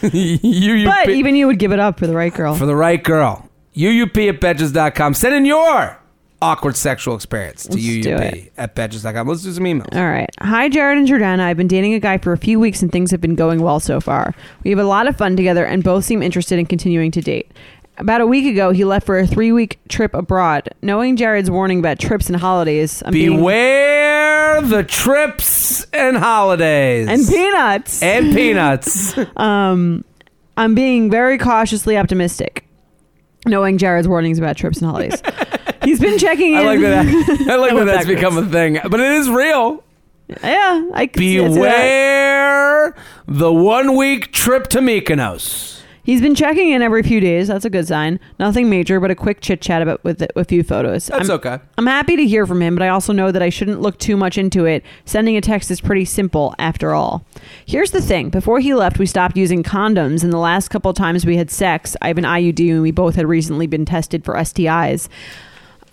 UUP But even you would give it up for the right girl. for the right girl. UUP at Betches.com. Send in your awkward sexual experience to Let's do UUP it. at Betches.com. Let's do some emails. All right. Hi, Jared and Jordana. I've been dating a guy for a few weeks and things have been going well so far. We have a lot of fun together and both seem interested in continuing to date. About a week ago, he left for a three week trip abroad. Knowing Jared's warning about trips and holidays, I'm being- Beware the trips and holidays. and peanuts. and peanuts. um, I'm being very cautiously optimistic, knowing Jared's warnings about trips and holidays. He's been checking in. I like that. I like that went that's backwards. become a thing, but it is real. Yeah, I can see- I see that. Beware the one week trip to Mykonos. He's been checking in every few days. That's a good sign. Nothing major, but a quick chit chat about with a few photos. That's I'm, okay. I'm happy to hear from him, but I also know that I shouldn't look too much into it. Sending a text is pretty simple, after all. Here's the thing: before he left, we stopped using condoms, and the last couple times we had sex, I have an IUD, and we both had recently been tested for STIs.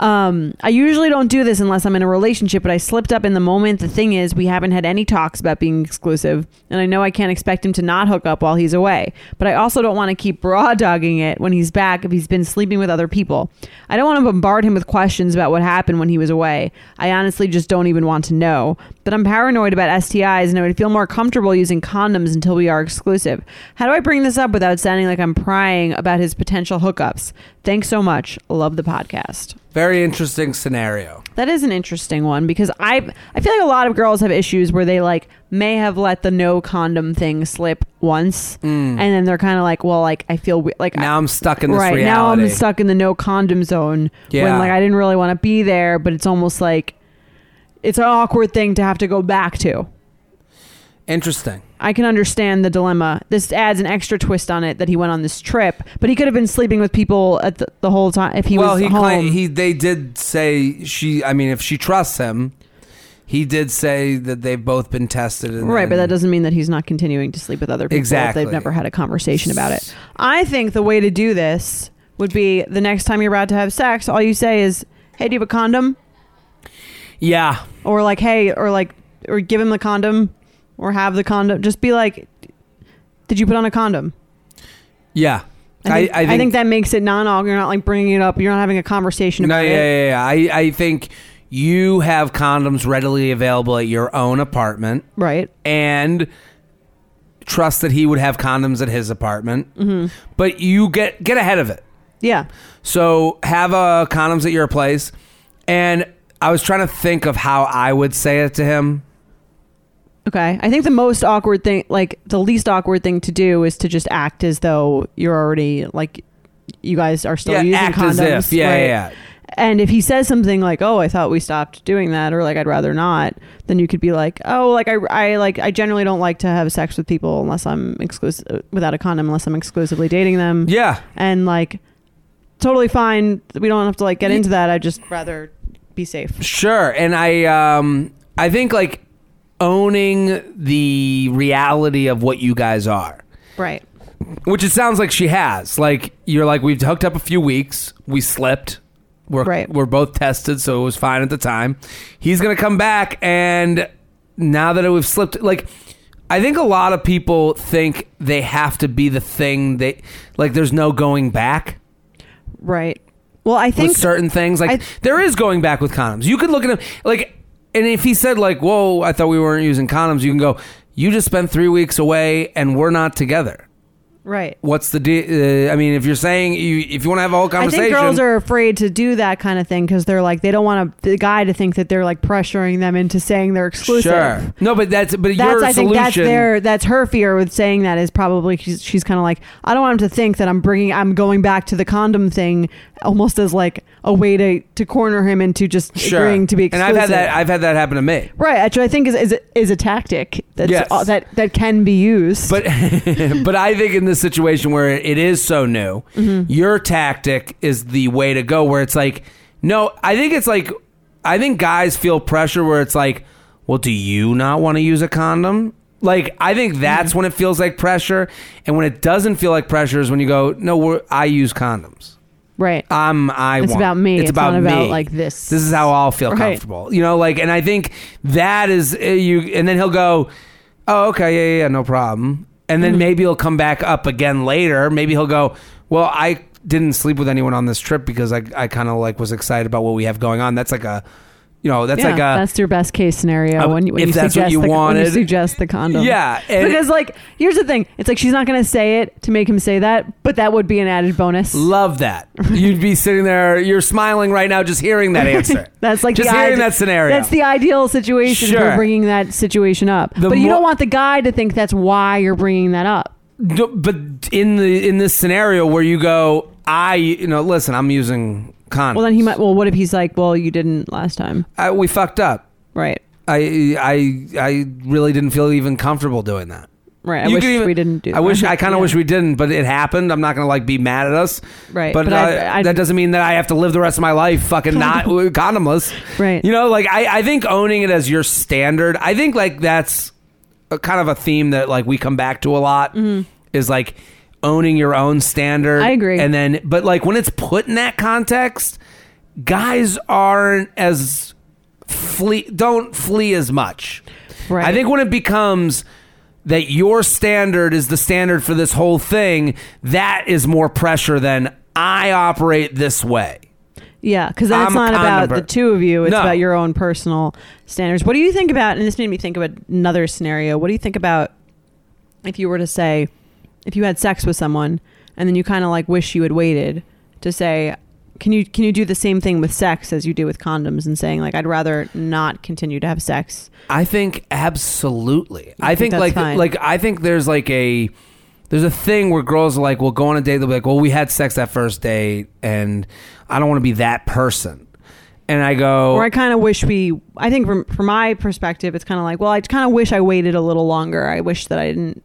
Um, I usually don't do this unless I'm in a relationship, but I slipped up in the moment. The thing is, we haven't had any talks about being exclusive, and I know I can't expect him to not hook up while he's away. But I also don't want to keep raw dogging it when he's back if he's been sleeping with other people. I don't want to bombard him with questions about what happened when he was away. I honestly just don't even want to know. But I'm paranoid about STIs, and I would feel more comfortable using condoms until we are exclusive. How do I bring this up without sounding like I'm prying about his potential hookups? Thanks so much. Love the podcast. Very interesting scenario. That is an interesting one because I I feel like a lot of girls have issues where they like may have let the no condom thing slip once, and then they're kind of like, well, like I feel we- like Mm. Now I, I'm stuck in this right now reality. I'm stuck in the no condom zone Yeah. when like I didn't really want to be there, but it's almost like it's an awkward thing to have to go back to. Interesting. I can understand the dilemma. This adds an extra twist on it that he went on this trip, but he could have been sleeping with people at the, the whole time if he well, was he home. claimed, he they did say she. I mean, if she trusts him, he did say that they've both been tested. And Right, but that and- doesn't mean that he's not continuing to sleep with other people. Exactly. If they've never had a conversation about it. I think the way to do this would be the next time you're about to have sex, all you say is, hey, do you have a condom? Yeah, Or like, hey, or like, or give him the condom or have the condom. Just be like, did you put on a condom? yeah. I think, I, think, that makes it non awkward. You're not like bringing it up. You're not having a conversation No, about yeah, it. yeah, yeah. I, I think you have condoms readily available at your own apartment. Right. and trust that he would have condoms at his apartment. But you get get ahead of it. Yeah. So have uh, condoms at your place. And I was trying to think of how I would say it to him. Okay. I think the most awkward thing, like the least awkward thing to do is to just act as though you're already, like, you guys are still using act condoms. as if. Yeah, right? yeah, yeah. And if he says something like, oh, I thought we stopped doing that, or like, I'd rather not, then you could be like, oh, like, I, I like, I generally don't like to have sex with people unless I'm exclusive, without a condom, unless I'm exclusively dating them. Yeah. And like, totally fine. We don't have to like get into that. I'd just rather be safe. Sure, and I um I think like owning the reality of what you guys are. Right. Which it sounds like she has. Like you're like we've hooked up a few weeks. We slept. We're Right. we're both tested, so it was fine at the time. He's gonna come back, and now that we've slipped, like I think a lot of people think they have to be the thing they like. There's no going back Right. Well, I think with certain things. Like I- there is going back with condoms. You could look at him like, and if he said like, "Whoa, I thought we weren't using condoms," you can go. You just spent three weeks away, and we're not together. Right. What's the? De- uh, I mean, if you're saying you, if you want to have a whole I conversation, think girls are afraid to do that kind of thing because they're like they don't want a, the guy to think that they're like pressuring them into saying they're exclusive. sure. No, but that's but That's your I think solution. that's their that's her fear with saying that is probably she's, she's kind of like I don't want him to think that I'm bringing I'm going back to the condom thing almost as like a way to to corner him into just sure. agreeing to be exclusive. And I've had that. I've had that happen to me. right, which I think is is a, is a tactic that's Yes. uh, that that can be used. But but I think in this situation where it is so new, Mm-hmm. your tactic is the way to go. Where it's like, no, I think it's like, I think guys feel pressure where it's like, well, do you not want to use a condom? Like I think that's Mm-hmm. when it feels like pressure, and when it doesn't feel like pressure is when you go, no, we're, I use condoms. right. I'm Um, I It's want. about me. It's It's about not about, me. like, this. This is how I'll feel Right. comfortable. You know, like, and I think that is uh, you. And then he'll go, "Oh, okay, yeah, yeah, yeah, no problem." And Mm-hmm. then maybe he'll come back up again later. Maybe he'll go, "Well, I didn't sleep with anyone on this trip because I, I kind of like was excited about what we have going on." That's like a, you know, that's Yeah, like a that's your best case scenario Uh, when you, when if you that's what suggest you the, when wanted. you suggest the condom. Yeah, and- because like here's the thing, it's like she's not gonna say it to make him say that, but that would be an added bonus. Love that. You'd be sitting there, you're smiling right now just hearing that answer. That's like just the hearing ide- that scenario. That's the ideal situation Sure. for bringing that situation up. The but you mo- don't want the guy to think that's why you're bringing that up. No, but in the in this scenario where you go, I you know, listen, I'm using condoms. Well, then he might. Well, what if he's like, well, you didn't last time, I, we fucked up. right? I I I really didn't feel even comfortable doing that. Right. I You wish could even- we didn't do. I wish that. I kind of Yeah. wish we didn't, but it happened. I'm not gonna like be mad at us. Right, But, but uh, I- I- that doesn't mean that I have to live the rest of my life fucking not condomless. Right. You know, like I I think owning it as your standard. I think like that's a, kind of a theme that like we come back to a lot is like owning your own standard. Mm-hmm. I agree. And then, but like when it's put in that context, guys aren't as flee don't flee as much. Right. I think when it becomes that your standard is the standard for this whole thing, that is more pressure than I operate this way. Yeah, because then it's I'm a not about convert. the two of you. It's No. about your own personal standards. What do you think about? And this made me think of another scenario. What do you think about if you were to say, if you had sex with someone and then you kind of like wish you had waited to say, can you can you do the same thing with sex as you do with condoms and saying like I'd rather not continue to have sex? I think absolutely. I think think that's like fine? like I think there's like a there's a thing where girls are like, well, go on a date. They'll be like, well, we had sex that first date, and I don't want to be that person. And I go, Or I kind of wish we. I think from from my perspective, it's kind of like well, I kind of wish I waited a little longer. I wish that I didn't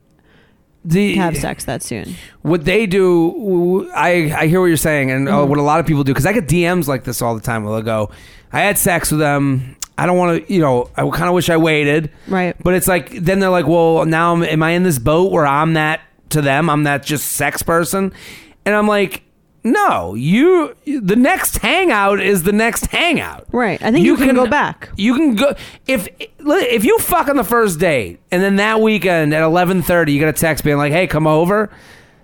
the, have sex that soon. what they do I, I hear what you're saying and Mm-hmm. uh, what a lot of people do because i get dms like this all the time where they'll go i had sex with them i don't want to you know i kind of wish i waited Right. but it's like then they're like well now I'm, am i in this boat where i'm that to them i'm that just sex person and i'm like no you the next hangout is the next hangout Right. I think you, can go back. you can go if if you fuck on the first date and then that weekend at eleven thirty you get a text being like, "Hey, come over."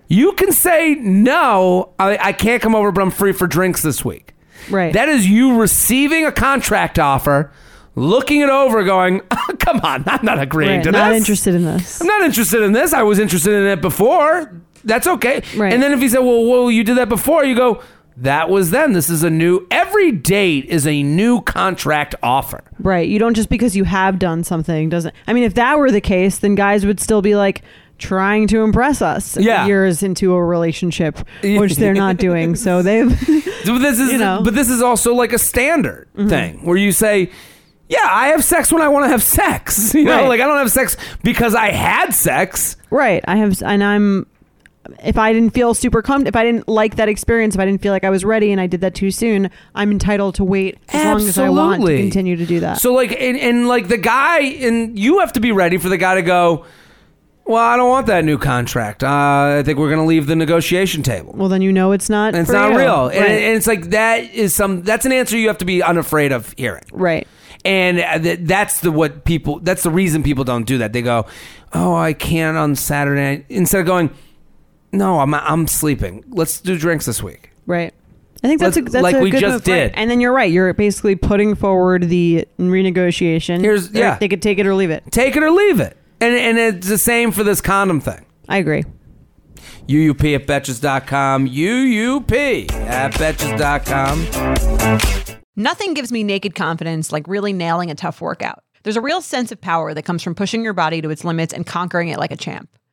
You can say no. I, I can't come over, but I'm free for drinks this week. Right. That is you receiving a contract offer, looking it over, going, "Come on, I'm not agreeing Right, to not this. interested in this. I'm not interested in this. I was interested in it before. That's okay. Right. And then if he said, well, well, you did that before, you go, that was then. This is a new, every date is a new contract offer. Right. You don't just because you have done something doesn't. I mean, if that were the case, then guys would still be like trying to impress us Yeah. years into a relationship, which they're not doing. So they've. But this is, You know. Mm-hmm. but this is also like a standard thing where you say, yeah, I have sex when I want to have sex. You know, Right. like I don't have sex because I had sex. right. I have. And I'm. If I didn't feel super com, if I didn't like that experience, if I didn't feel like I was ready and I did that too soon, I'm entitled to wait as long as I want to Absolutely. continue to do that. So like, and, and like the guy, and you have to be ready for the guy to go. Well, I don't want that new contract. Uh, I think we're going to leave the negotiation table. well, then you know it's not. And it's for not you. real. And, Right. and it's like that is some. That's an answer you have to be unafraid of hearing. right. And uh, th- that's the what people. That's the reason people don't do that. They go, "Oh, I can't on Saturday." night." Instead of going, "No, I'm I'm sleeping. Let's do drinks this week." Right. I think that's a Like- that's like a we good just move, right. did. And then you're right. You're basically putting forward the renegotiation. Here's- They- yeah. They could take it or leave it. Take it or leave it. And and it's the same for this condom thing. I agree. UUP at Betches.com. UUP at Betches.com. Nothing gives me naked confidence like really nailing a tough workout. There's a real sense of power that comes from pushing your body to its limits and conquering it like a champ.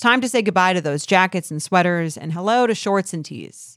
time to say goodbye to those jackets and sweaters and hello to shorts and tees.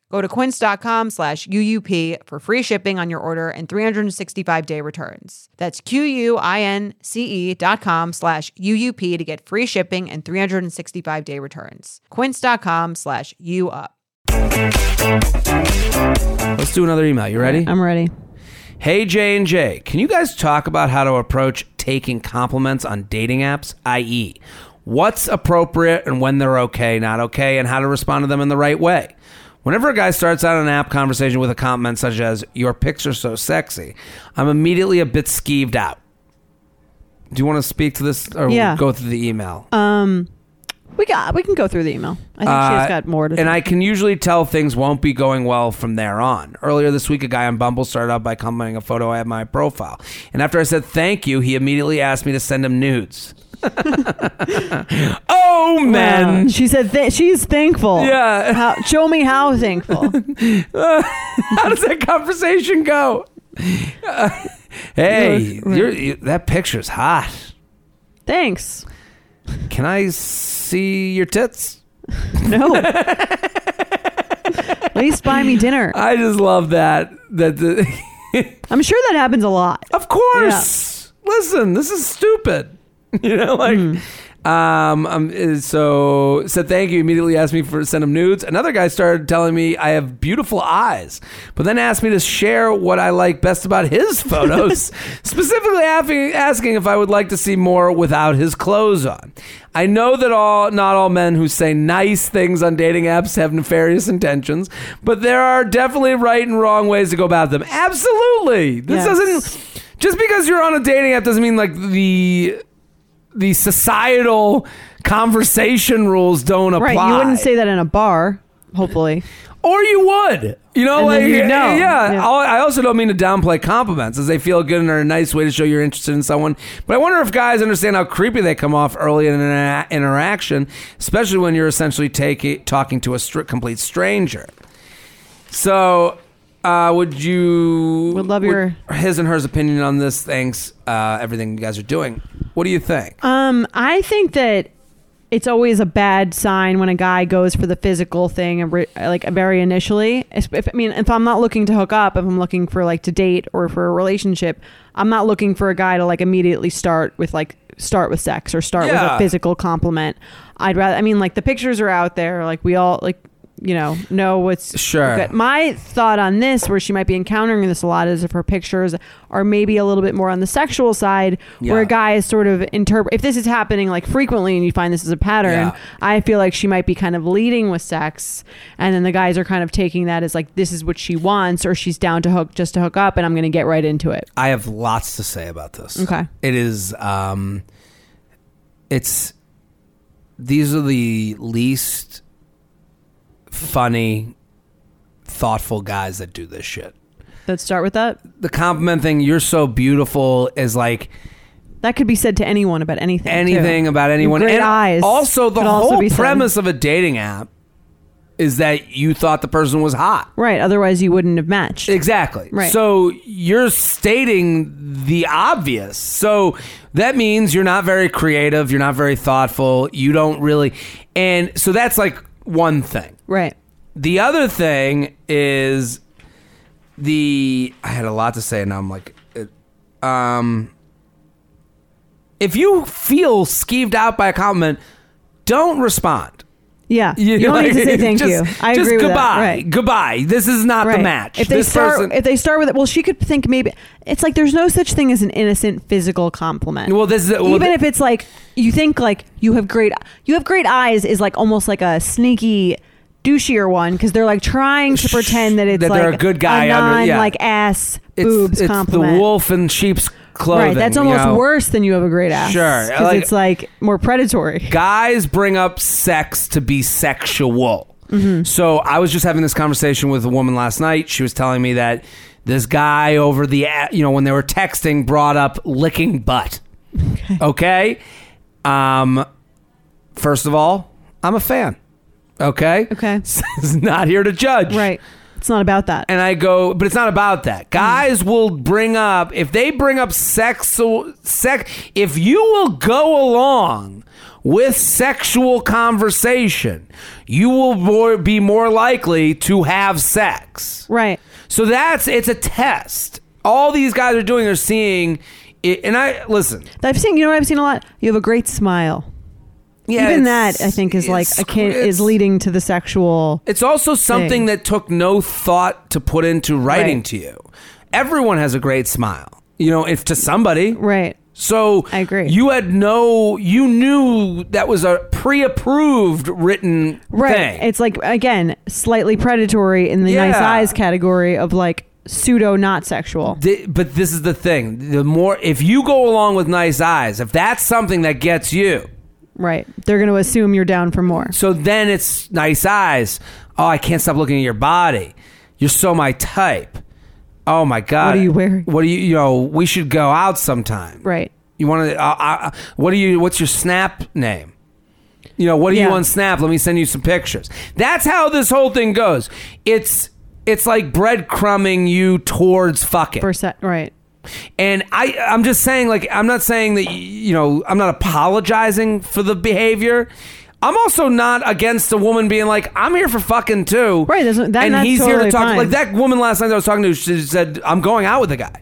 Go to quince.com slash UUP for free shipping on your order and 365 day returns. That's Q-U-I-N-C-E E dot com slash UUP to get free shipping and 365 day returns. Quince.com slash UUP. Let's do another email. You ready? I'm ready. Hey Jay and Jay, can you guys talk about how to approach taking compliments on dating apps, i.e., what's appropriate and when they're okay, not okay, and how to respond to them in the right way? Whenever a guy starts out an app conversation with a comment such as "Your pics are so sexy," I'm immediately a bit skeeved out. Do you want to speak to this or Yeah. go through the email? Um, we got we can go through the email. I think Uh, she's got more to. and I can usually tell things won't be going well from there on. Earlier this week, a guy on Bumble started out by commenting a photo I had in my profile, and after I said thank you, he immediately asked me to send him nudes. oh Wow. man! she said th- she's thankful. Yeah. How, show me how thankful. How does that conversation go? Uh, hey, Right. you're, you, that picture's hot. Thanks. Can I see your tits? No. At least buy me dinner. I just love that. That the, I'm sure that happens a lot. of course. Listen, this is stupid. You know, like. Um, um. uh, So said thank you. Immediately asked me for send him nudes. Another guy started telling me I have beautiful eyes, but then asked me to share what I like best about his photos, specifically asking, asking if I would like to see more without his clothes on. I know that all not all men who say nice things on dating apps have nefarious intentions, but there are definitely right and wrong ways to go about them. Absolutely, this Yes. doesn't. Just because you're on a dating app doesn't mean like the the societal conversation rules don't apply. Right. You wouldn't say that in a bar, hopefully. or you would. You know, And like then you'd know. yeah. Yeah. I'll- I also don't mean to downplay compliments, as they feel good and are a nice way to show you're interested in someone. But I wonder if guys understand how creepy they come off early in an a- interaction, especially when you're essentially taking talking to a str- complete stranger. So Uh, would you Would love your- his and hers opinion on this? Thanks, uh, everything you guys are doing. What do you think? Um, I think that it's always a bad sign when a guy goes for the physical thing, and re- like very initially. If, if- I mean, if I'm not looking to hook up, if I'm looking for like to date or for a relationship, I'm not looking for a guy to like immediately start with like start with sex or start with Yeah. a physical compliment. I'd rather. I mean, like the pictures are out there. Like we all like you know know what's Sure. good. My thought on this, where she might be encountering this a lot, is if her pictures are maybe a little bit more on the sexual side, where Yeah. a guy is sort of interpret. If this is happening like frequently and you find this is a pattern, Yeah. I feel like she might be kind of leading with sex, and then the guys are kind of taking that as like this is what she wants, or she's down to hook just to hook up, and I'm going to get right into it. I have lots to say about this. Okay. It is um it's these are the least funny thoughtful guys that do this shit. Let's start with that. The compliment thing, you're so beautiful is like That could be said to anyone about anything. too. anything about anyone. Great and eyes Also the could also whole be said. premise of a dating app is that you thought the person was hot. Right. Otherwise, you wouldn't have matched. Exactly. Right. So you're stating the obvious. So that means you're not very creative, you're not very thoughtful, you don't really and so that's like one thing. right. The other thing is the I had a lot to say and I'm like it, um if you feel skeeved out by a comment, don't respond. Yeah. You, don't like, need to say thank just- you. I just agree with goodbye. that. Right. Goodbye. This is not the match. If they this start, person, if they start with it, well, she could think maybe it's like there's no such thing as an innocent physical compliment. Well, this is well, even th- if it's like you think like you have great, you have great eyes is like almost like a sneaky. Douchier one because they're like trying to pretend that it's That like they're a good guy under- non yeah. like ass it's, boobs it's compliment. the wolf in sheep's clothing. right, that's you almost know? worse than you have a great ass. Sure, because like- it's like more predatory. Guys bring up sex to be sexual. Mm-hmm. So I was just having this conversation with a woman last night. She was telling me that this guy over the a- you know when they were texting brought up licking butt. Okay. Um. First of all, I'm a fan. Okay. Okay. Not here to judge. Right, it's not about that. and I go, but it's not about that. Guys will bring up if they bring up sexual sex. If you will go along with sexual conversation, you will more, be more likely to have sex. right, So that's it's a test. All these guys are doing are seeing. It, and I listen. I've seen. You know what I've seen a lot. You have a great smile. Yeah, Even it's- that, I think, is like it's- a kid it's- is leading to the sexual. It's also something thing. that took no thought to put into writing Right. to you. Everyone has a great smile, you know, if to somebody. Right. So I agree. You had no, you knew that was a pre-approved written Right. thing. It's like, again, slightly predatory in the nice Yeah. eyes category of like pseudo not sexual. Th- but this is the thing: the more if you go along with nice eyes, if that's something that gets you, Right. They're going to assume you're down for more. so then it's nice eyes. Oh, I can't stop looking at your body. You're so my type. Oh my god, are you wearing? What do you? You know, we should go out sometime. Right. You want to? Uh, uh, uh, what do you? What's your Snap name? You know, what do you Yeah. on Snap? Let me send you some pictures. That's how this whole thing goes. It's it's like breadcrumbing you towards fucking. For se- right. And I I'm just saying, like, I'm not saying that y- you know, I'm not apologizing for the behavior. I'm also not against a woman being like, I'm here for fucking too. Right, that's- that- and that's he's here to totally talk. fine. Like that woman last night that I was talking to, she said, I'm going out with a guy.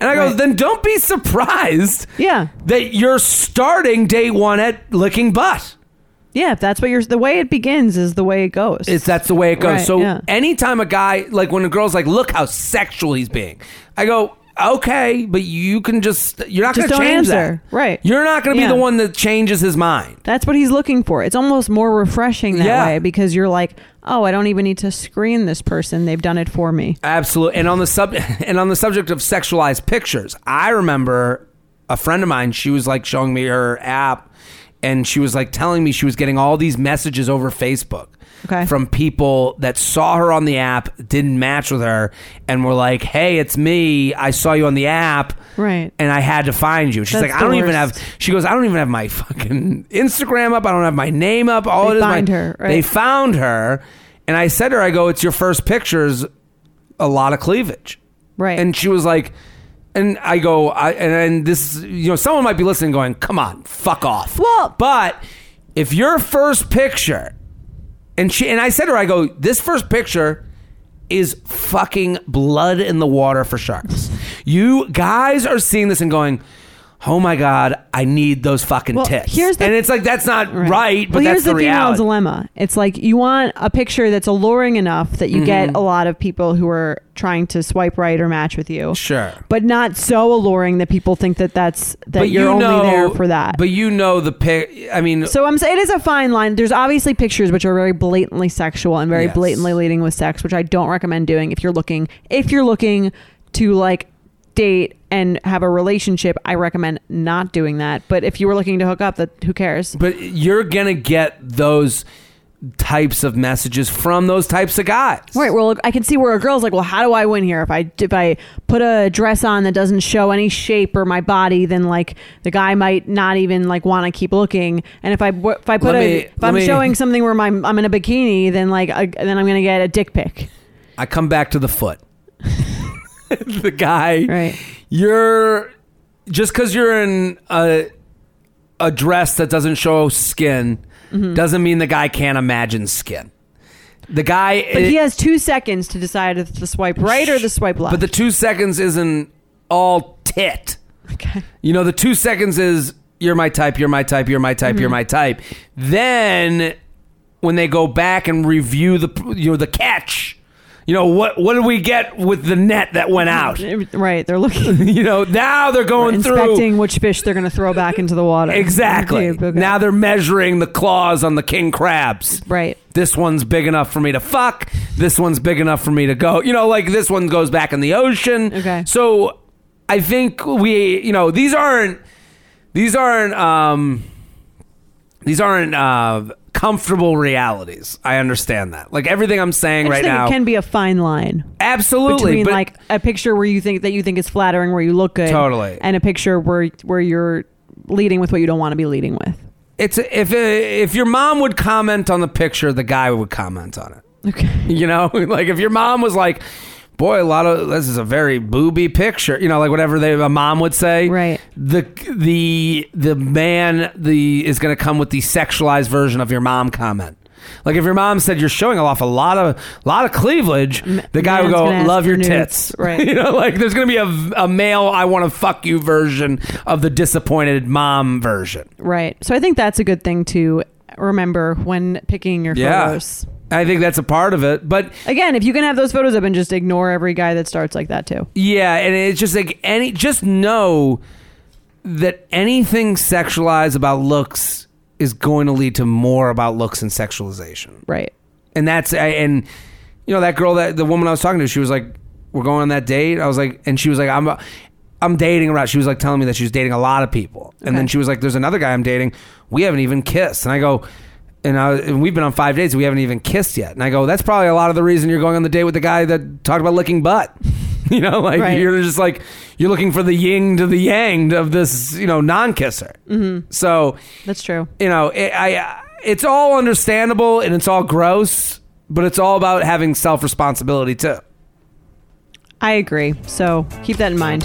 And I go, Right. then don't be surprised Yeah. that you're starting day one at licking butt. Yeah. If that's what you're, the way it begins is the way it goes. It's that's the way it goes. Right, so yeah. anytime a guy like when a girl's like, look how sexual he's being, I go, okay, but you can just you're not Just gonna don't change answer. that. Right. You're not gonna Yeah. be the one that changes his mind. that's what he's looking for. It's almost more refreshing that Yeah. way because you're like, oh, I don't even need to screen this person. They've done it for me. Absolutely. And on the sub and on the subject of sexualized pictures, I remember a friend of mine, she was like showing me her app and she was like telling me she was getting all these messages over Facebook Okay. from people that saw her on the app, didn't match with her, and were like, Hey, it's me. I saw you on the app. Right. And I had to find you. She's That's like, I the don't even worst. have she goes, I don't even have my fucking Instagram up. I don't have my name up. All They it is my- find her, right. They found her. And I said to her, I go, it's your first pictures a lot of cleavage. Right. And she was like, and I go, I, and then this, you know, someone might be listening going, come on, fuck off. Well- but if your first picture, and she, and I said to her, I go, this first picture is fucking blood in the water for sharks. you guys are seeing this and going, Oh my God! I need those fucking Well, tits. here's the- and it's like that's not right, but well, that's here's the, the, female reality. dilemma. It's like you want a picture that's alluring enough that you Mm-hmm. get a lot of people who are trying to swipe right or match with you. Sure. But not so alluring that people think that that's that you're only there for that. But you know the pic. I mean, so I'm saying it is a fine line. There's obviously pictures which are very blatantly sexual and very Yes. blatantly leading with sex, which I don't recommend doing if you're looking if you're looking to like date and have a relationship, I recommend not doing that. But if you were looking to hook up, that who cares? but you're gonna get those types of messages from those types of guys. Right. Well, I can see where a girl's like, well, how do I win here? If I if I put a dress on that doesn't show any shape or my body, then like the guy might not even like want to keep looking. And if I if I put Let a me- if let I'm me- showing something where my I'm in a bikini, then like I, then I'm gonna get a dick pic. I come back to the foot. the guy. Right. You're just because you're in a a dress that doesn't show skin Mm-hmm. doesn't mean the guy can't imagine skin. The guy. But he has two seconds to decide if the swipe right or the swipe left. But the two seconds isn't all tit. okay. You know, the two seconds is you're my type, you're my type, you're my type, Hmm. you're my type. Then when they go back and review the you know the catch, you know what what did we get with the net that went out? Right. They're looking You know now they're going inspecting through which fish they're gonna throw back into the water. exactly. Okay, okay. Now they're measuring the claws on the king crabs. Right. This one's big enough for me to fuck. This one's big enough for me to go. You know, like this one goes back in the ocean. Okay. So I think we, you know, these aren't these aren't um these aren't uh comfortable realities. I understand that. Like everything I'm saying I just right think now, it can be a fine line. absolutely. between but like a picture where you think that you think is flattering, where you look good, Totally. and a picture where where you're leading with what you don't want to be leading with. it's if uh, if your mom would comment on the picture, the guy would comment on it. Okay. You know, like if your mom was like, "Boy, a lot of this is a very booby picture," you know, like whatever they, a mom would say. Right. The the the man the is going to come with the sexualized version of your mom comment. Like if your mom said you're showing off a lot of lot of cleavage, the guy would man's go, gonna ask "Love for your nudes." tits," Right. you know, like there's going to be a, a male "I want to fuck you" version of the disappointed mom version. Right. So I think that's a good thing to remember when picking your photos. I think that's a part of it, but Again, if you can have those photos up and just ignore every guy that starts like that too. Yeah, and it's just like any just know that anything sexualized about looks is going to lead to more about looks and sexualization. Right. And that's I- and you know that girl that the woman I was talking to, she was like we're going on that date. I was like and she was like I'm a, I'm dating around. She was like telling me that she was dating a lot of people. And then Okay. she was like there's another guy I'm dating. We haven't even kissed. And I go and, I, and we've been on five dates. We haven't even kissed yet. And I go, that's probably a lot of the reason you're going on the date with the guy that talked about licking butt. You know, like Right. you're just like you're looking for the yin to the yang of this, you know, non-kisser. Mm-hmm. So That's true. you know, it, I uh, it's all understandable and it's all gross, but it's all about having self responsibility too. I agree. So keep that in mind.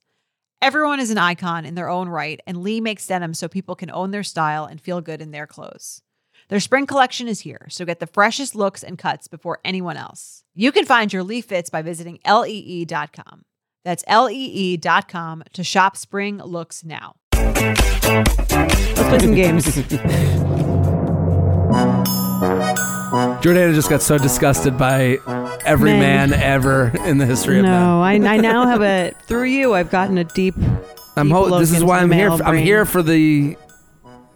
Everyone is an icon in their own right, and Lee makes denim so people can own their style and feel good in their clothes. Their spring collection is here, so get the freshest looks and cuts before anyone else. You can find your Lee fits by visiting E lee.com. That's lee.com to shop spring looks now. Let's play some games. Jordana just got so disgusted by every Men. man ever in the history of men. no, I, I now have a through you. I've gotten a deep. I'm deep ho- look this is into why the I'm here. male For, I'm brain. here for the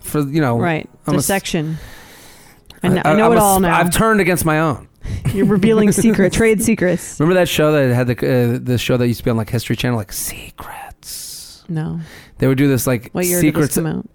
for you know Right, I'm a the s- section. I kn- I- I know I'm it a all sp- now. I've turned against my own. You're revealing secret trade secrets. Remember that show that had the uh, the show that used to be on like History Channel, like Secrets. No, They would do this like what year did this secrets come out?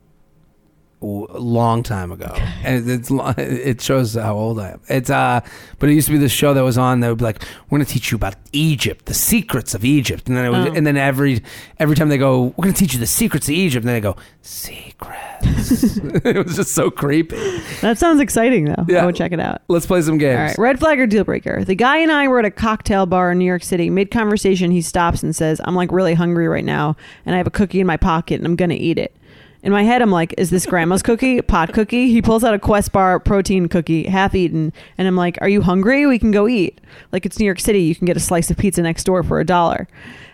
w- long time ago, and it's lo- it shows how old I am. It's uh, but it used to be this show that was on that would be like, "We're going to teach you about Egypt, the secrets of Egypt," and then it would, Oh. and then every every time they go, "We're going to teach you the secrets of Egypt," and then they go, "Secrets." it was just so creepy. That sounds exciting though. Yeah. Go check it out. Let's play some games. All right, red flag or deal breaker. The guy and I were at a cocktail bar in New York City. Mid conversation, he stops and says, "I'm like really hungry right now, and I have a cookie in my pocket, and I'm gonna eat it." In my head, I'm like, "Is this grandma's cookie? Pot cookie?" He pulls out a Quest bar protein cookie, half eaten, and I'm like, "Are you hungry? We can go eat. Like it's New York City, you can get a slice of pizza next door for a dollar."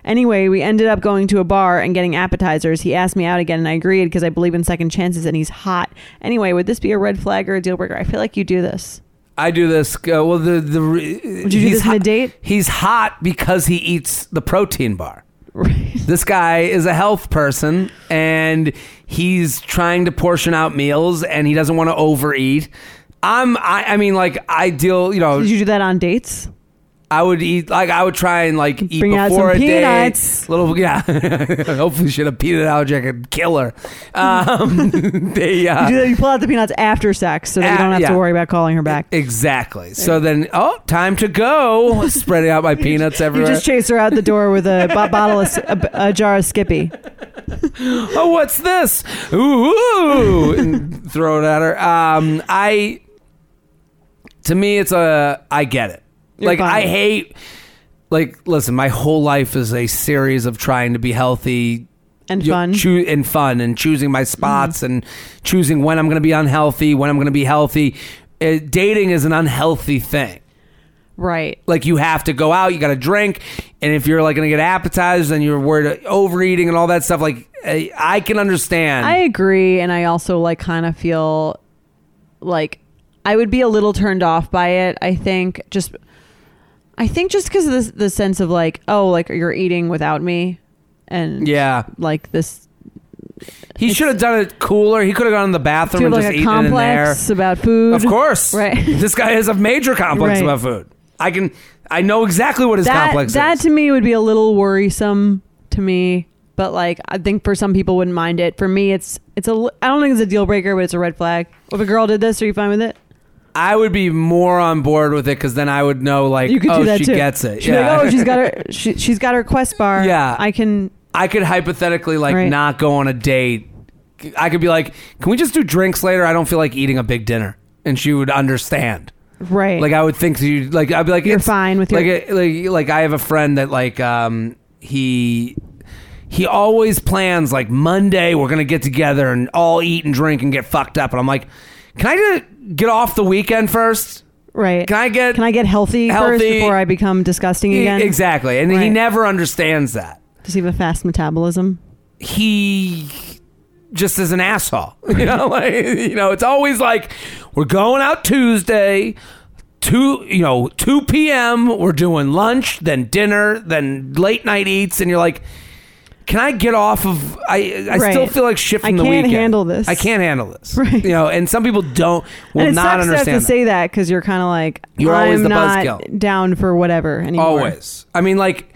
Anyway, we ended up going to a bar and getting appetizers. He asked me out again, and I agreed because I believe in second chances, and he's hot. Anyway, would this be a red flag or a deal breaker? I feel like you do this. I do this. Uh, well, the the would Would you do this on a date? He's hot because he eats the protein bar. Right. This guy is a health person and he's trying to portion out meals and he doesn't want to overeat. I'm I, I mean like I deal, you know, Did you do that on dates? I would eat like I would try and like eat Bring out before some a peanuts. day. Little yeah. Hopefully she had a peanut allergy I could kill her. Um, they uh, You, do that, you pull out the peanuts after sex so that you Ah, don't have yeah. to worry about calling her back. Exactly. So then, oh, time to go. Spreading out my peanuts you everywhere. just chase her out the door with a bo- bottle of s- a, a jar of Skippy. oh, what's this? Ooh, and throw it at her. Um, I, to me, it's a. I get it. You're like I fine. hate. Like, listen, my whole life is a series of trying to be healthy. And you know, fun. Mm. choo- and fun, and choosing my spots, and choosing when I'm going to be unhealthy, when I'm going to be healthy. Uh, dating is an unhealthy thing. Right. like you have to go out you got to drink and if you're like gonna get appetizers and you're worried of overeating and all that stuff like i, I can understand I agree. And I also like kind of feel like I would be a little turned off by it. I think just, I think just because of this, the sense of like, oh, like you're eating without me. And yeah like this he It's- should have done it cooler he could have gone in the bathroom feel and just like a eaten it in there complex about food. of course Right. this guy has a major complex Right. about food i can i know exactly what his that, complex that is to me would be a little worrisome to me but like i think for some people wouldn't mind it for me it's it's a li- i don't think it's a deal breaker but it's a red flag if a girl did this are you fine with it i would be more on board with it because then i would know like you could oh do that she too gets it She'd be yeah like, oh she's got her she, she's got her quest bar Yeah. i can I could hypothetically like Right. not go on a date. I could be like, "Can we just do drinks later? I don't feel like eating a big dinner." And she would understand. right Like I would think you like I'd be like, You're "It's- fine with your- like like like I have a friend that like um he he always plans like Monday we're gonna get together and all eat and drink and get fucked up. And I'm like, "Can I get get off the weekend first? right Can I get can i get healthy, first Healthy- E, before i become disgusting again exactly?" And he Right. never understands that. does he have a fast metabolism he just is an asshole. You know, like, you know, it's always like we're going out Tuesday, two, you know, two p.m. We're doing lunch, then dinner, then late night eats, and you're like, can I get off of? I I still Right. feel like shit I from the can't weekend. handle this. I can't handle this. Right. You know, and some people don't will and it not sucks to understand. have to that. say that because you're kind of like You're I'm always the not buzzkill. down for whatever anymore. Always. I mean, like,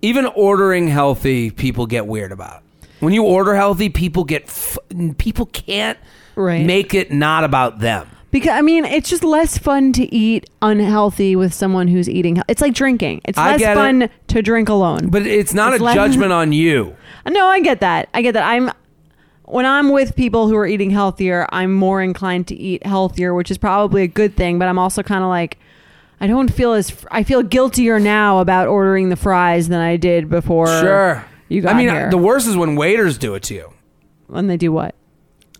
even ordering healthy, people get weird about. it. When you order healthy, people get f- people can't Right. make it not about them. Because I mean, it's just less fun to eat unhealthy with someone who's eating. hel- It's like drinking. It's I less get fun it. to drink alone. But it's not It's a like- judgment on you. no, I get that. I get that. I'm when I'm with people who are eating healthier, I'm more inclined to eat healthier, which is probably a good thing. But I'm also kind of like, I don't feel as I feel guiltier now about ordering the fries than I did before. you got I mean, here. the worst is when waiters do it to you. when they do what?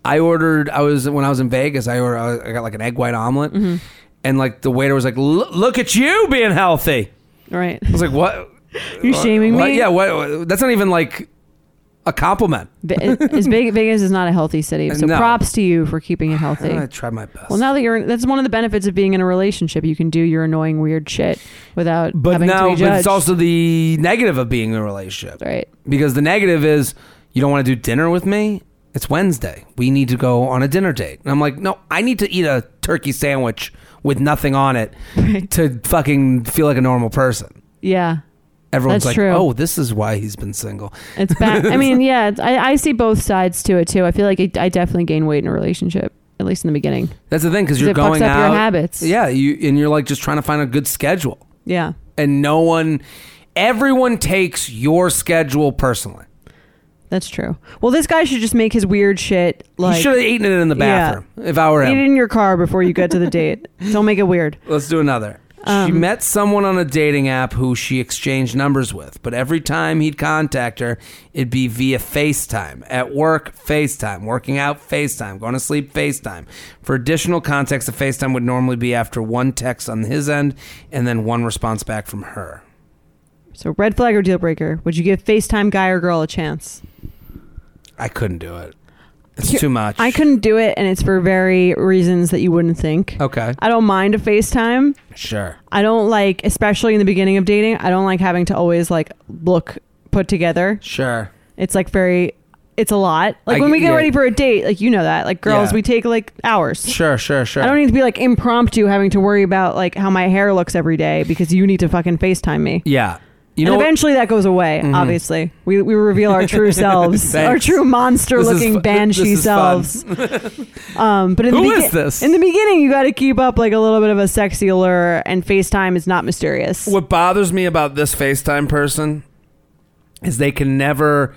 I ordered. I was when I was in Vegas. I ordered. I got like an egg white omelet, Mm-hmm. and like the waiter was like, "Look look at you being healthy." Right? Uh, I was like, "What? You're shaming What? me. Yeah. What? That's not even like." a compliment. Ve- as big Vegas is not a healthy city, so No. Uh, props to you for keeping it healthy. I tried my best. Well, now that you're in, that's one of the benefits of being in a relationship. You can do your annoying, weird shit without but having to now be but judged. it's also the negative of being in a relationship. right. Because the negative is you don't want to do dinner with me. It's Wednesday. We need to go on a dinner date. And I'm like, no, I need to eat a turkey sandwich with nothing on it to fucking feel like a normal person. Yeah, Everyone's That's like, true. oh, this is why he's been single. it's bad. I mean, yeah, it's, I, I see both sides to it too. I feel like I, I definitely gain weight in a relationship, at least in the beginning. That's the thing because you're it going fucks up out. your habits. Yeah, you and you're like just trying to find a good schedule, Yeah, and no one, everyone takes your schedule personally. that's true. Well, this guy should just make his weird shit you like should have eaten it in the Yeah. bathroom if I were eat him. it in your car before you get to the date. Don't make it weird. Let's do another. she Um, met someone on a dating app who she exchanged numbers with, but every time he'd contact her, it'd be via FaceTime. At work, FaceTime. Working out, FaceTime. Going to sleep, FaceTime. For additional context, a FaceTime would normally be after one text on his end and then one response back from her. So, red flag or deal breaker? Would you give FaceTime guy or girl a chance? I couldn't do it. It's Here- too much. I couldn't do it, and it's for very reasons that you wouldn't think. Okay. I don't mind a FaceTime. Sure. I don't like, especially in the beginning of dating, I don't like having to always like look put together. Sure. It's like very, it's a lot. Like I when get- we get yeah. ready for a date, like you know that, like girls, Yeah. we take like hours. Sure, sure, sure. I don't need to be like impromptu having to worry about like how my hair looks every day because you need to fucking FaceTime me. yeah. You know Mm-hmm. and what? eventually that goes away, obviously. We, we reveal our true selves, our Thanks. true monster This is looking fu- banshee this is fun. selves. um, but in Who the is this? In the beginning, you got to keep up like a little bit of a sexy allure, and FaceTime is not mysterious. What bothers me about this FaceTime person is they can never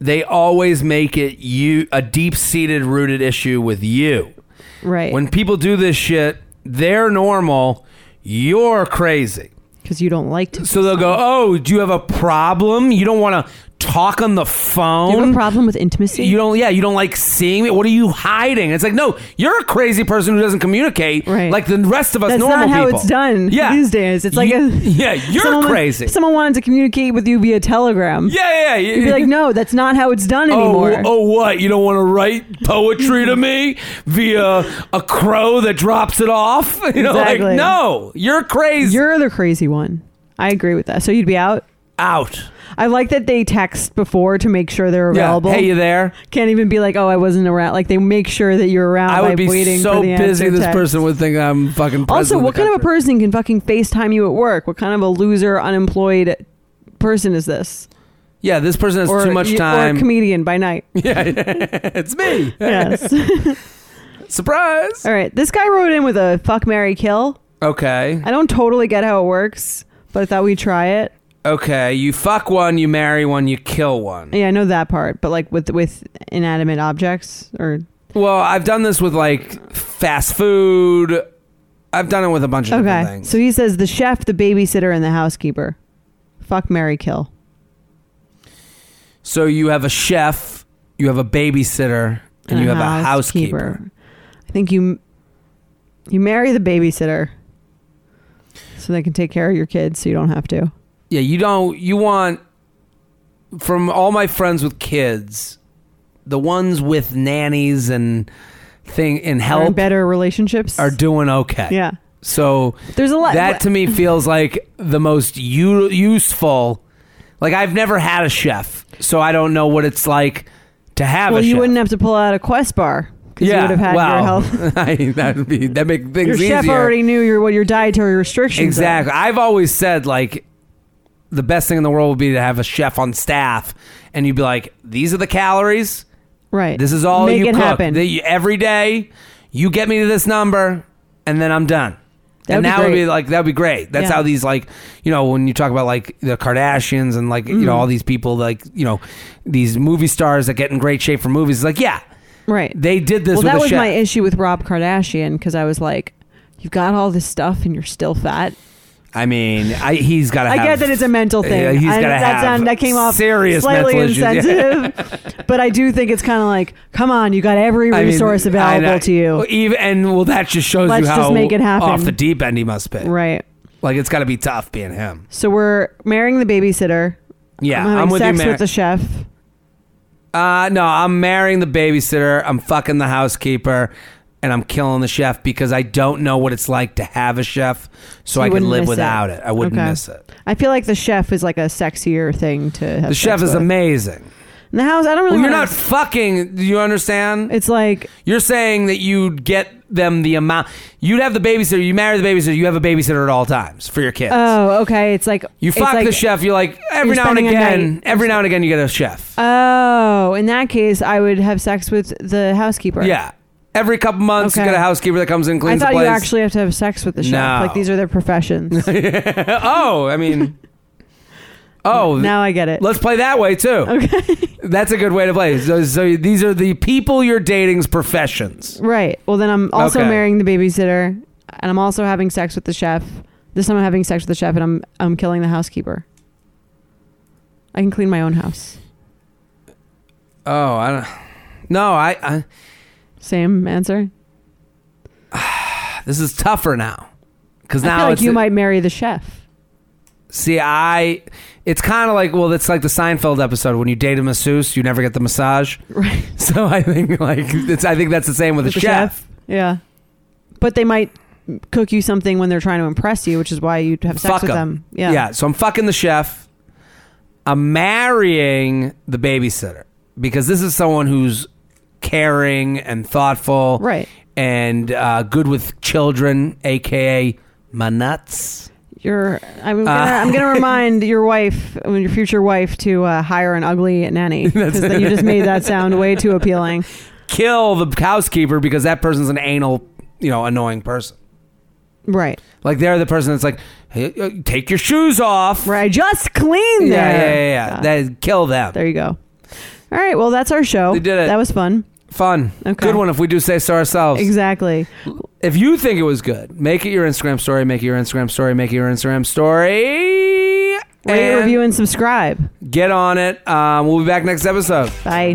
they always make it you a deep-seated rooted issue with you. Right. When people do this shit, they're normal, you're crazy. Because you don't like to. So they'll go, "Oh, do you have a problem? You don't want to talk on the phone?" you have a problem with intimacy? You don't, yeah, you don't like seeing me. What are you hiding? It's like, no, you're a crazy person who doesn't communicate Right. like the rest of us That's normal not how people. it's done yeah. these days. It's like You- a- yeah, you're someone- crazy. Someone wanted to communicate with you via telegram. yeah, yeah, yeah. You'd be like, no, that's not how it's done Oh, anymore. oh, what? You don't want to write poetry to me via a crow that drops it off? You know, Exactly. like, no, you're crazy. You're the crazy one. I agree with that. So you'd be out. out. I like that they text before to make sure they're Yeah. available. Hey, you there? Can't even be like, oh, I wasn't around. Like they make sure that you're around. I by would be waiting so for the busy. answer This text. person would think I'm fucking. Also, president what the kind of a country. person can fucking FaceTime you at work? What kind of a loser, unemployed person is this? Yeah, this person has too much you- time. Or a comedian by night. yeah, it's me. Yes. Surprise. All right. This guy wrote in with a fuck Mary kill. Okay. I don't totally get how it works, but I thought we'd try it. Okay, you fuck one, you marry one, you kill one. Yeah, I know that part, but like with with inanimate objects or Well, I've done this with like fast food. I've done it with a bunch of different Okay. things. So he says the chef, the babysitter, and the housekeeper. Fuck Mary Kill. So you have a chef, you have a babysitter, and, you have Uh-huh, a housekeeper. I think you you marry the babysitter so they can take care of your kids so you don't have to. Yeah, you don't you want from all my friends with kids, the ones with nannies and thing and Are in help better relationships. are doing okay. yeah. So There's a lot that to me feels like the most u- useful. Like I've never had a chef, so I don't know what it's like to have Well, a you chef. wouldn't have to pull out a Quest bar cuz you would have had your wow. health. that would be that make Your things easier. chef already knew your what your dietary restrictions Exactly. I've always said like the best thing in the world would be to have a chef on staff, and you'd be like, "These are the calories. are. Right. This is all Make you it cook happen. That you- every day. You get me to this number, and then I'm done." That'd and be that would great. be like that'd be great. That's Yeah. how these like you know when you talk about like the Kardashians and like Mm. you know all these people like you know these movie stars that get in great shape for movies. It's like yeah, right. they did this. Well, with that a was chef. my issue with Rob Kardashian because I was like, you've got all this stuff and you're still fat. I mean, I, he's got to. I get that it's a mental thing. Yeah, he's I- gotta that have sound- that came off serious slightly mental issues, yeah. insensitive, but I do think it's kind of like, come on, you got every I mean, resource I- available I- Oh, to you, Even, and well, that just shows Let's you just how make it happen. off the deep end he must be. right? Like it's got to be tough being him. So we're marrying the babysitter. Yeah, I'm having I'm with sex you, man. with the chef. Uh, no, I'm marrying the babysitter. I'm fucking the housekeeper, and I'm killing the chef because I don't know what it's like to have a chef, so I can wouldn't live miss it. without it. I wouldn't Okay. miss it. I feel like the chef is like a sexier thing to have. The chef sex is with. amazing. In the house, I don't really. Well, you're wanna- not fucking. Do you understand? It's like You're saying that you'd get them the amount. You'd have the babysitter. You marry the babysitter. You have a babysitter at all times for your kids. oh, okay. It's like you it's fuck like- the chef. You're like every You're now and spending a again. night- Every now and again, you get a chef. Oh, in that case, I would have sex with the housekeeper. Yeah. Every couple months, you Okay. get a housekeeper that comes in and I cleans thought the you place. actually have to have sex with the chef. No. Like these are their professions. oh, I mean. Oh, now I get it. let's play that way too. Okay. That's a good way to play. So, so these are the people you're dating's professions. Right. Well, then I'm also Okay. marrying the babysitter, and I'm also having sex with the chef. This time I'm having sex with the chef, and I'm I'm killing the housekeeper. I can clean my own house. Oh, I don't. No, I. I Same answer. This is tougher now, because I now feel like it's you might marry the chef. see. I it's kind of like well, it's like the Seinfeld episode when you date a masseuse, you never get the massage. Right. So I think like it's I think that's the same with, a the chef. Yeah. But they might cook you something when they're trying to impress you, which is why you'd have sex Fuck with 'em. them. Yeah. So I'm fucking the chef. I'm marrying the babysitter because this is someone who's caring and thoughtful, Right. And uh, good with children, aka my nuts. You're. I'm gonna, Uh, I'm gonna remind your wife, I mean, your future wife, to uh, hire an ugly nanny because you just made that sound way too appealing. Kill the housekeeper because that person's an anal, you know, annoying person. Right. Like they're the person that's like, hey, uh, take your shoes off. Right. Just clean Yeah, yeah, there. yeah. yeah. That kill them. there you go. All right. Well, that's our show. We did it. That was fun. Fun. Okay. Good one if we do say so ourselves. Exactly. If you think it was good, make it your Instagram story, make it your Instagram story, make it your Instagram story. Rate, and review, and subscribe. Get on it. Um, we'll be back next episode. Bye.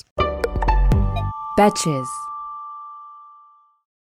Betches.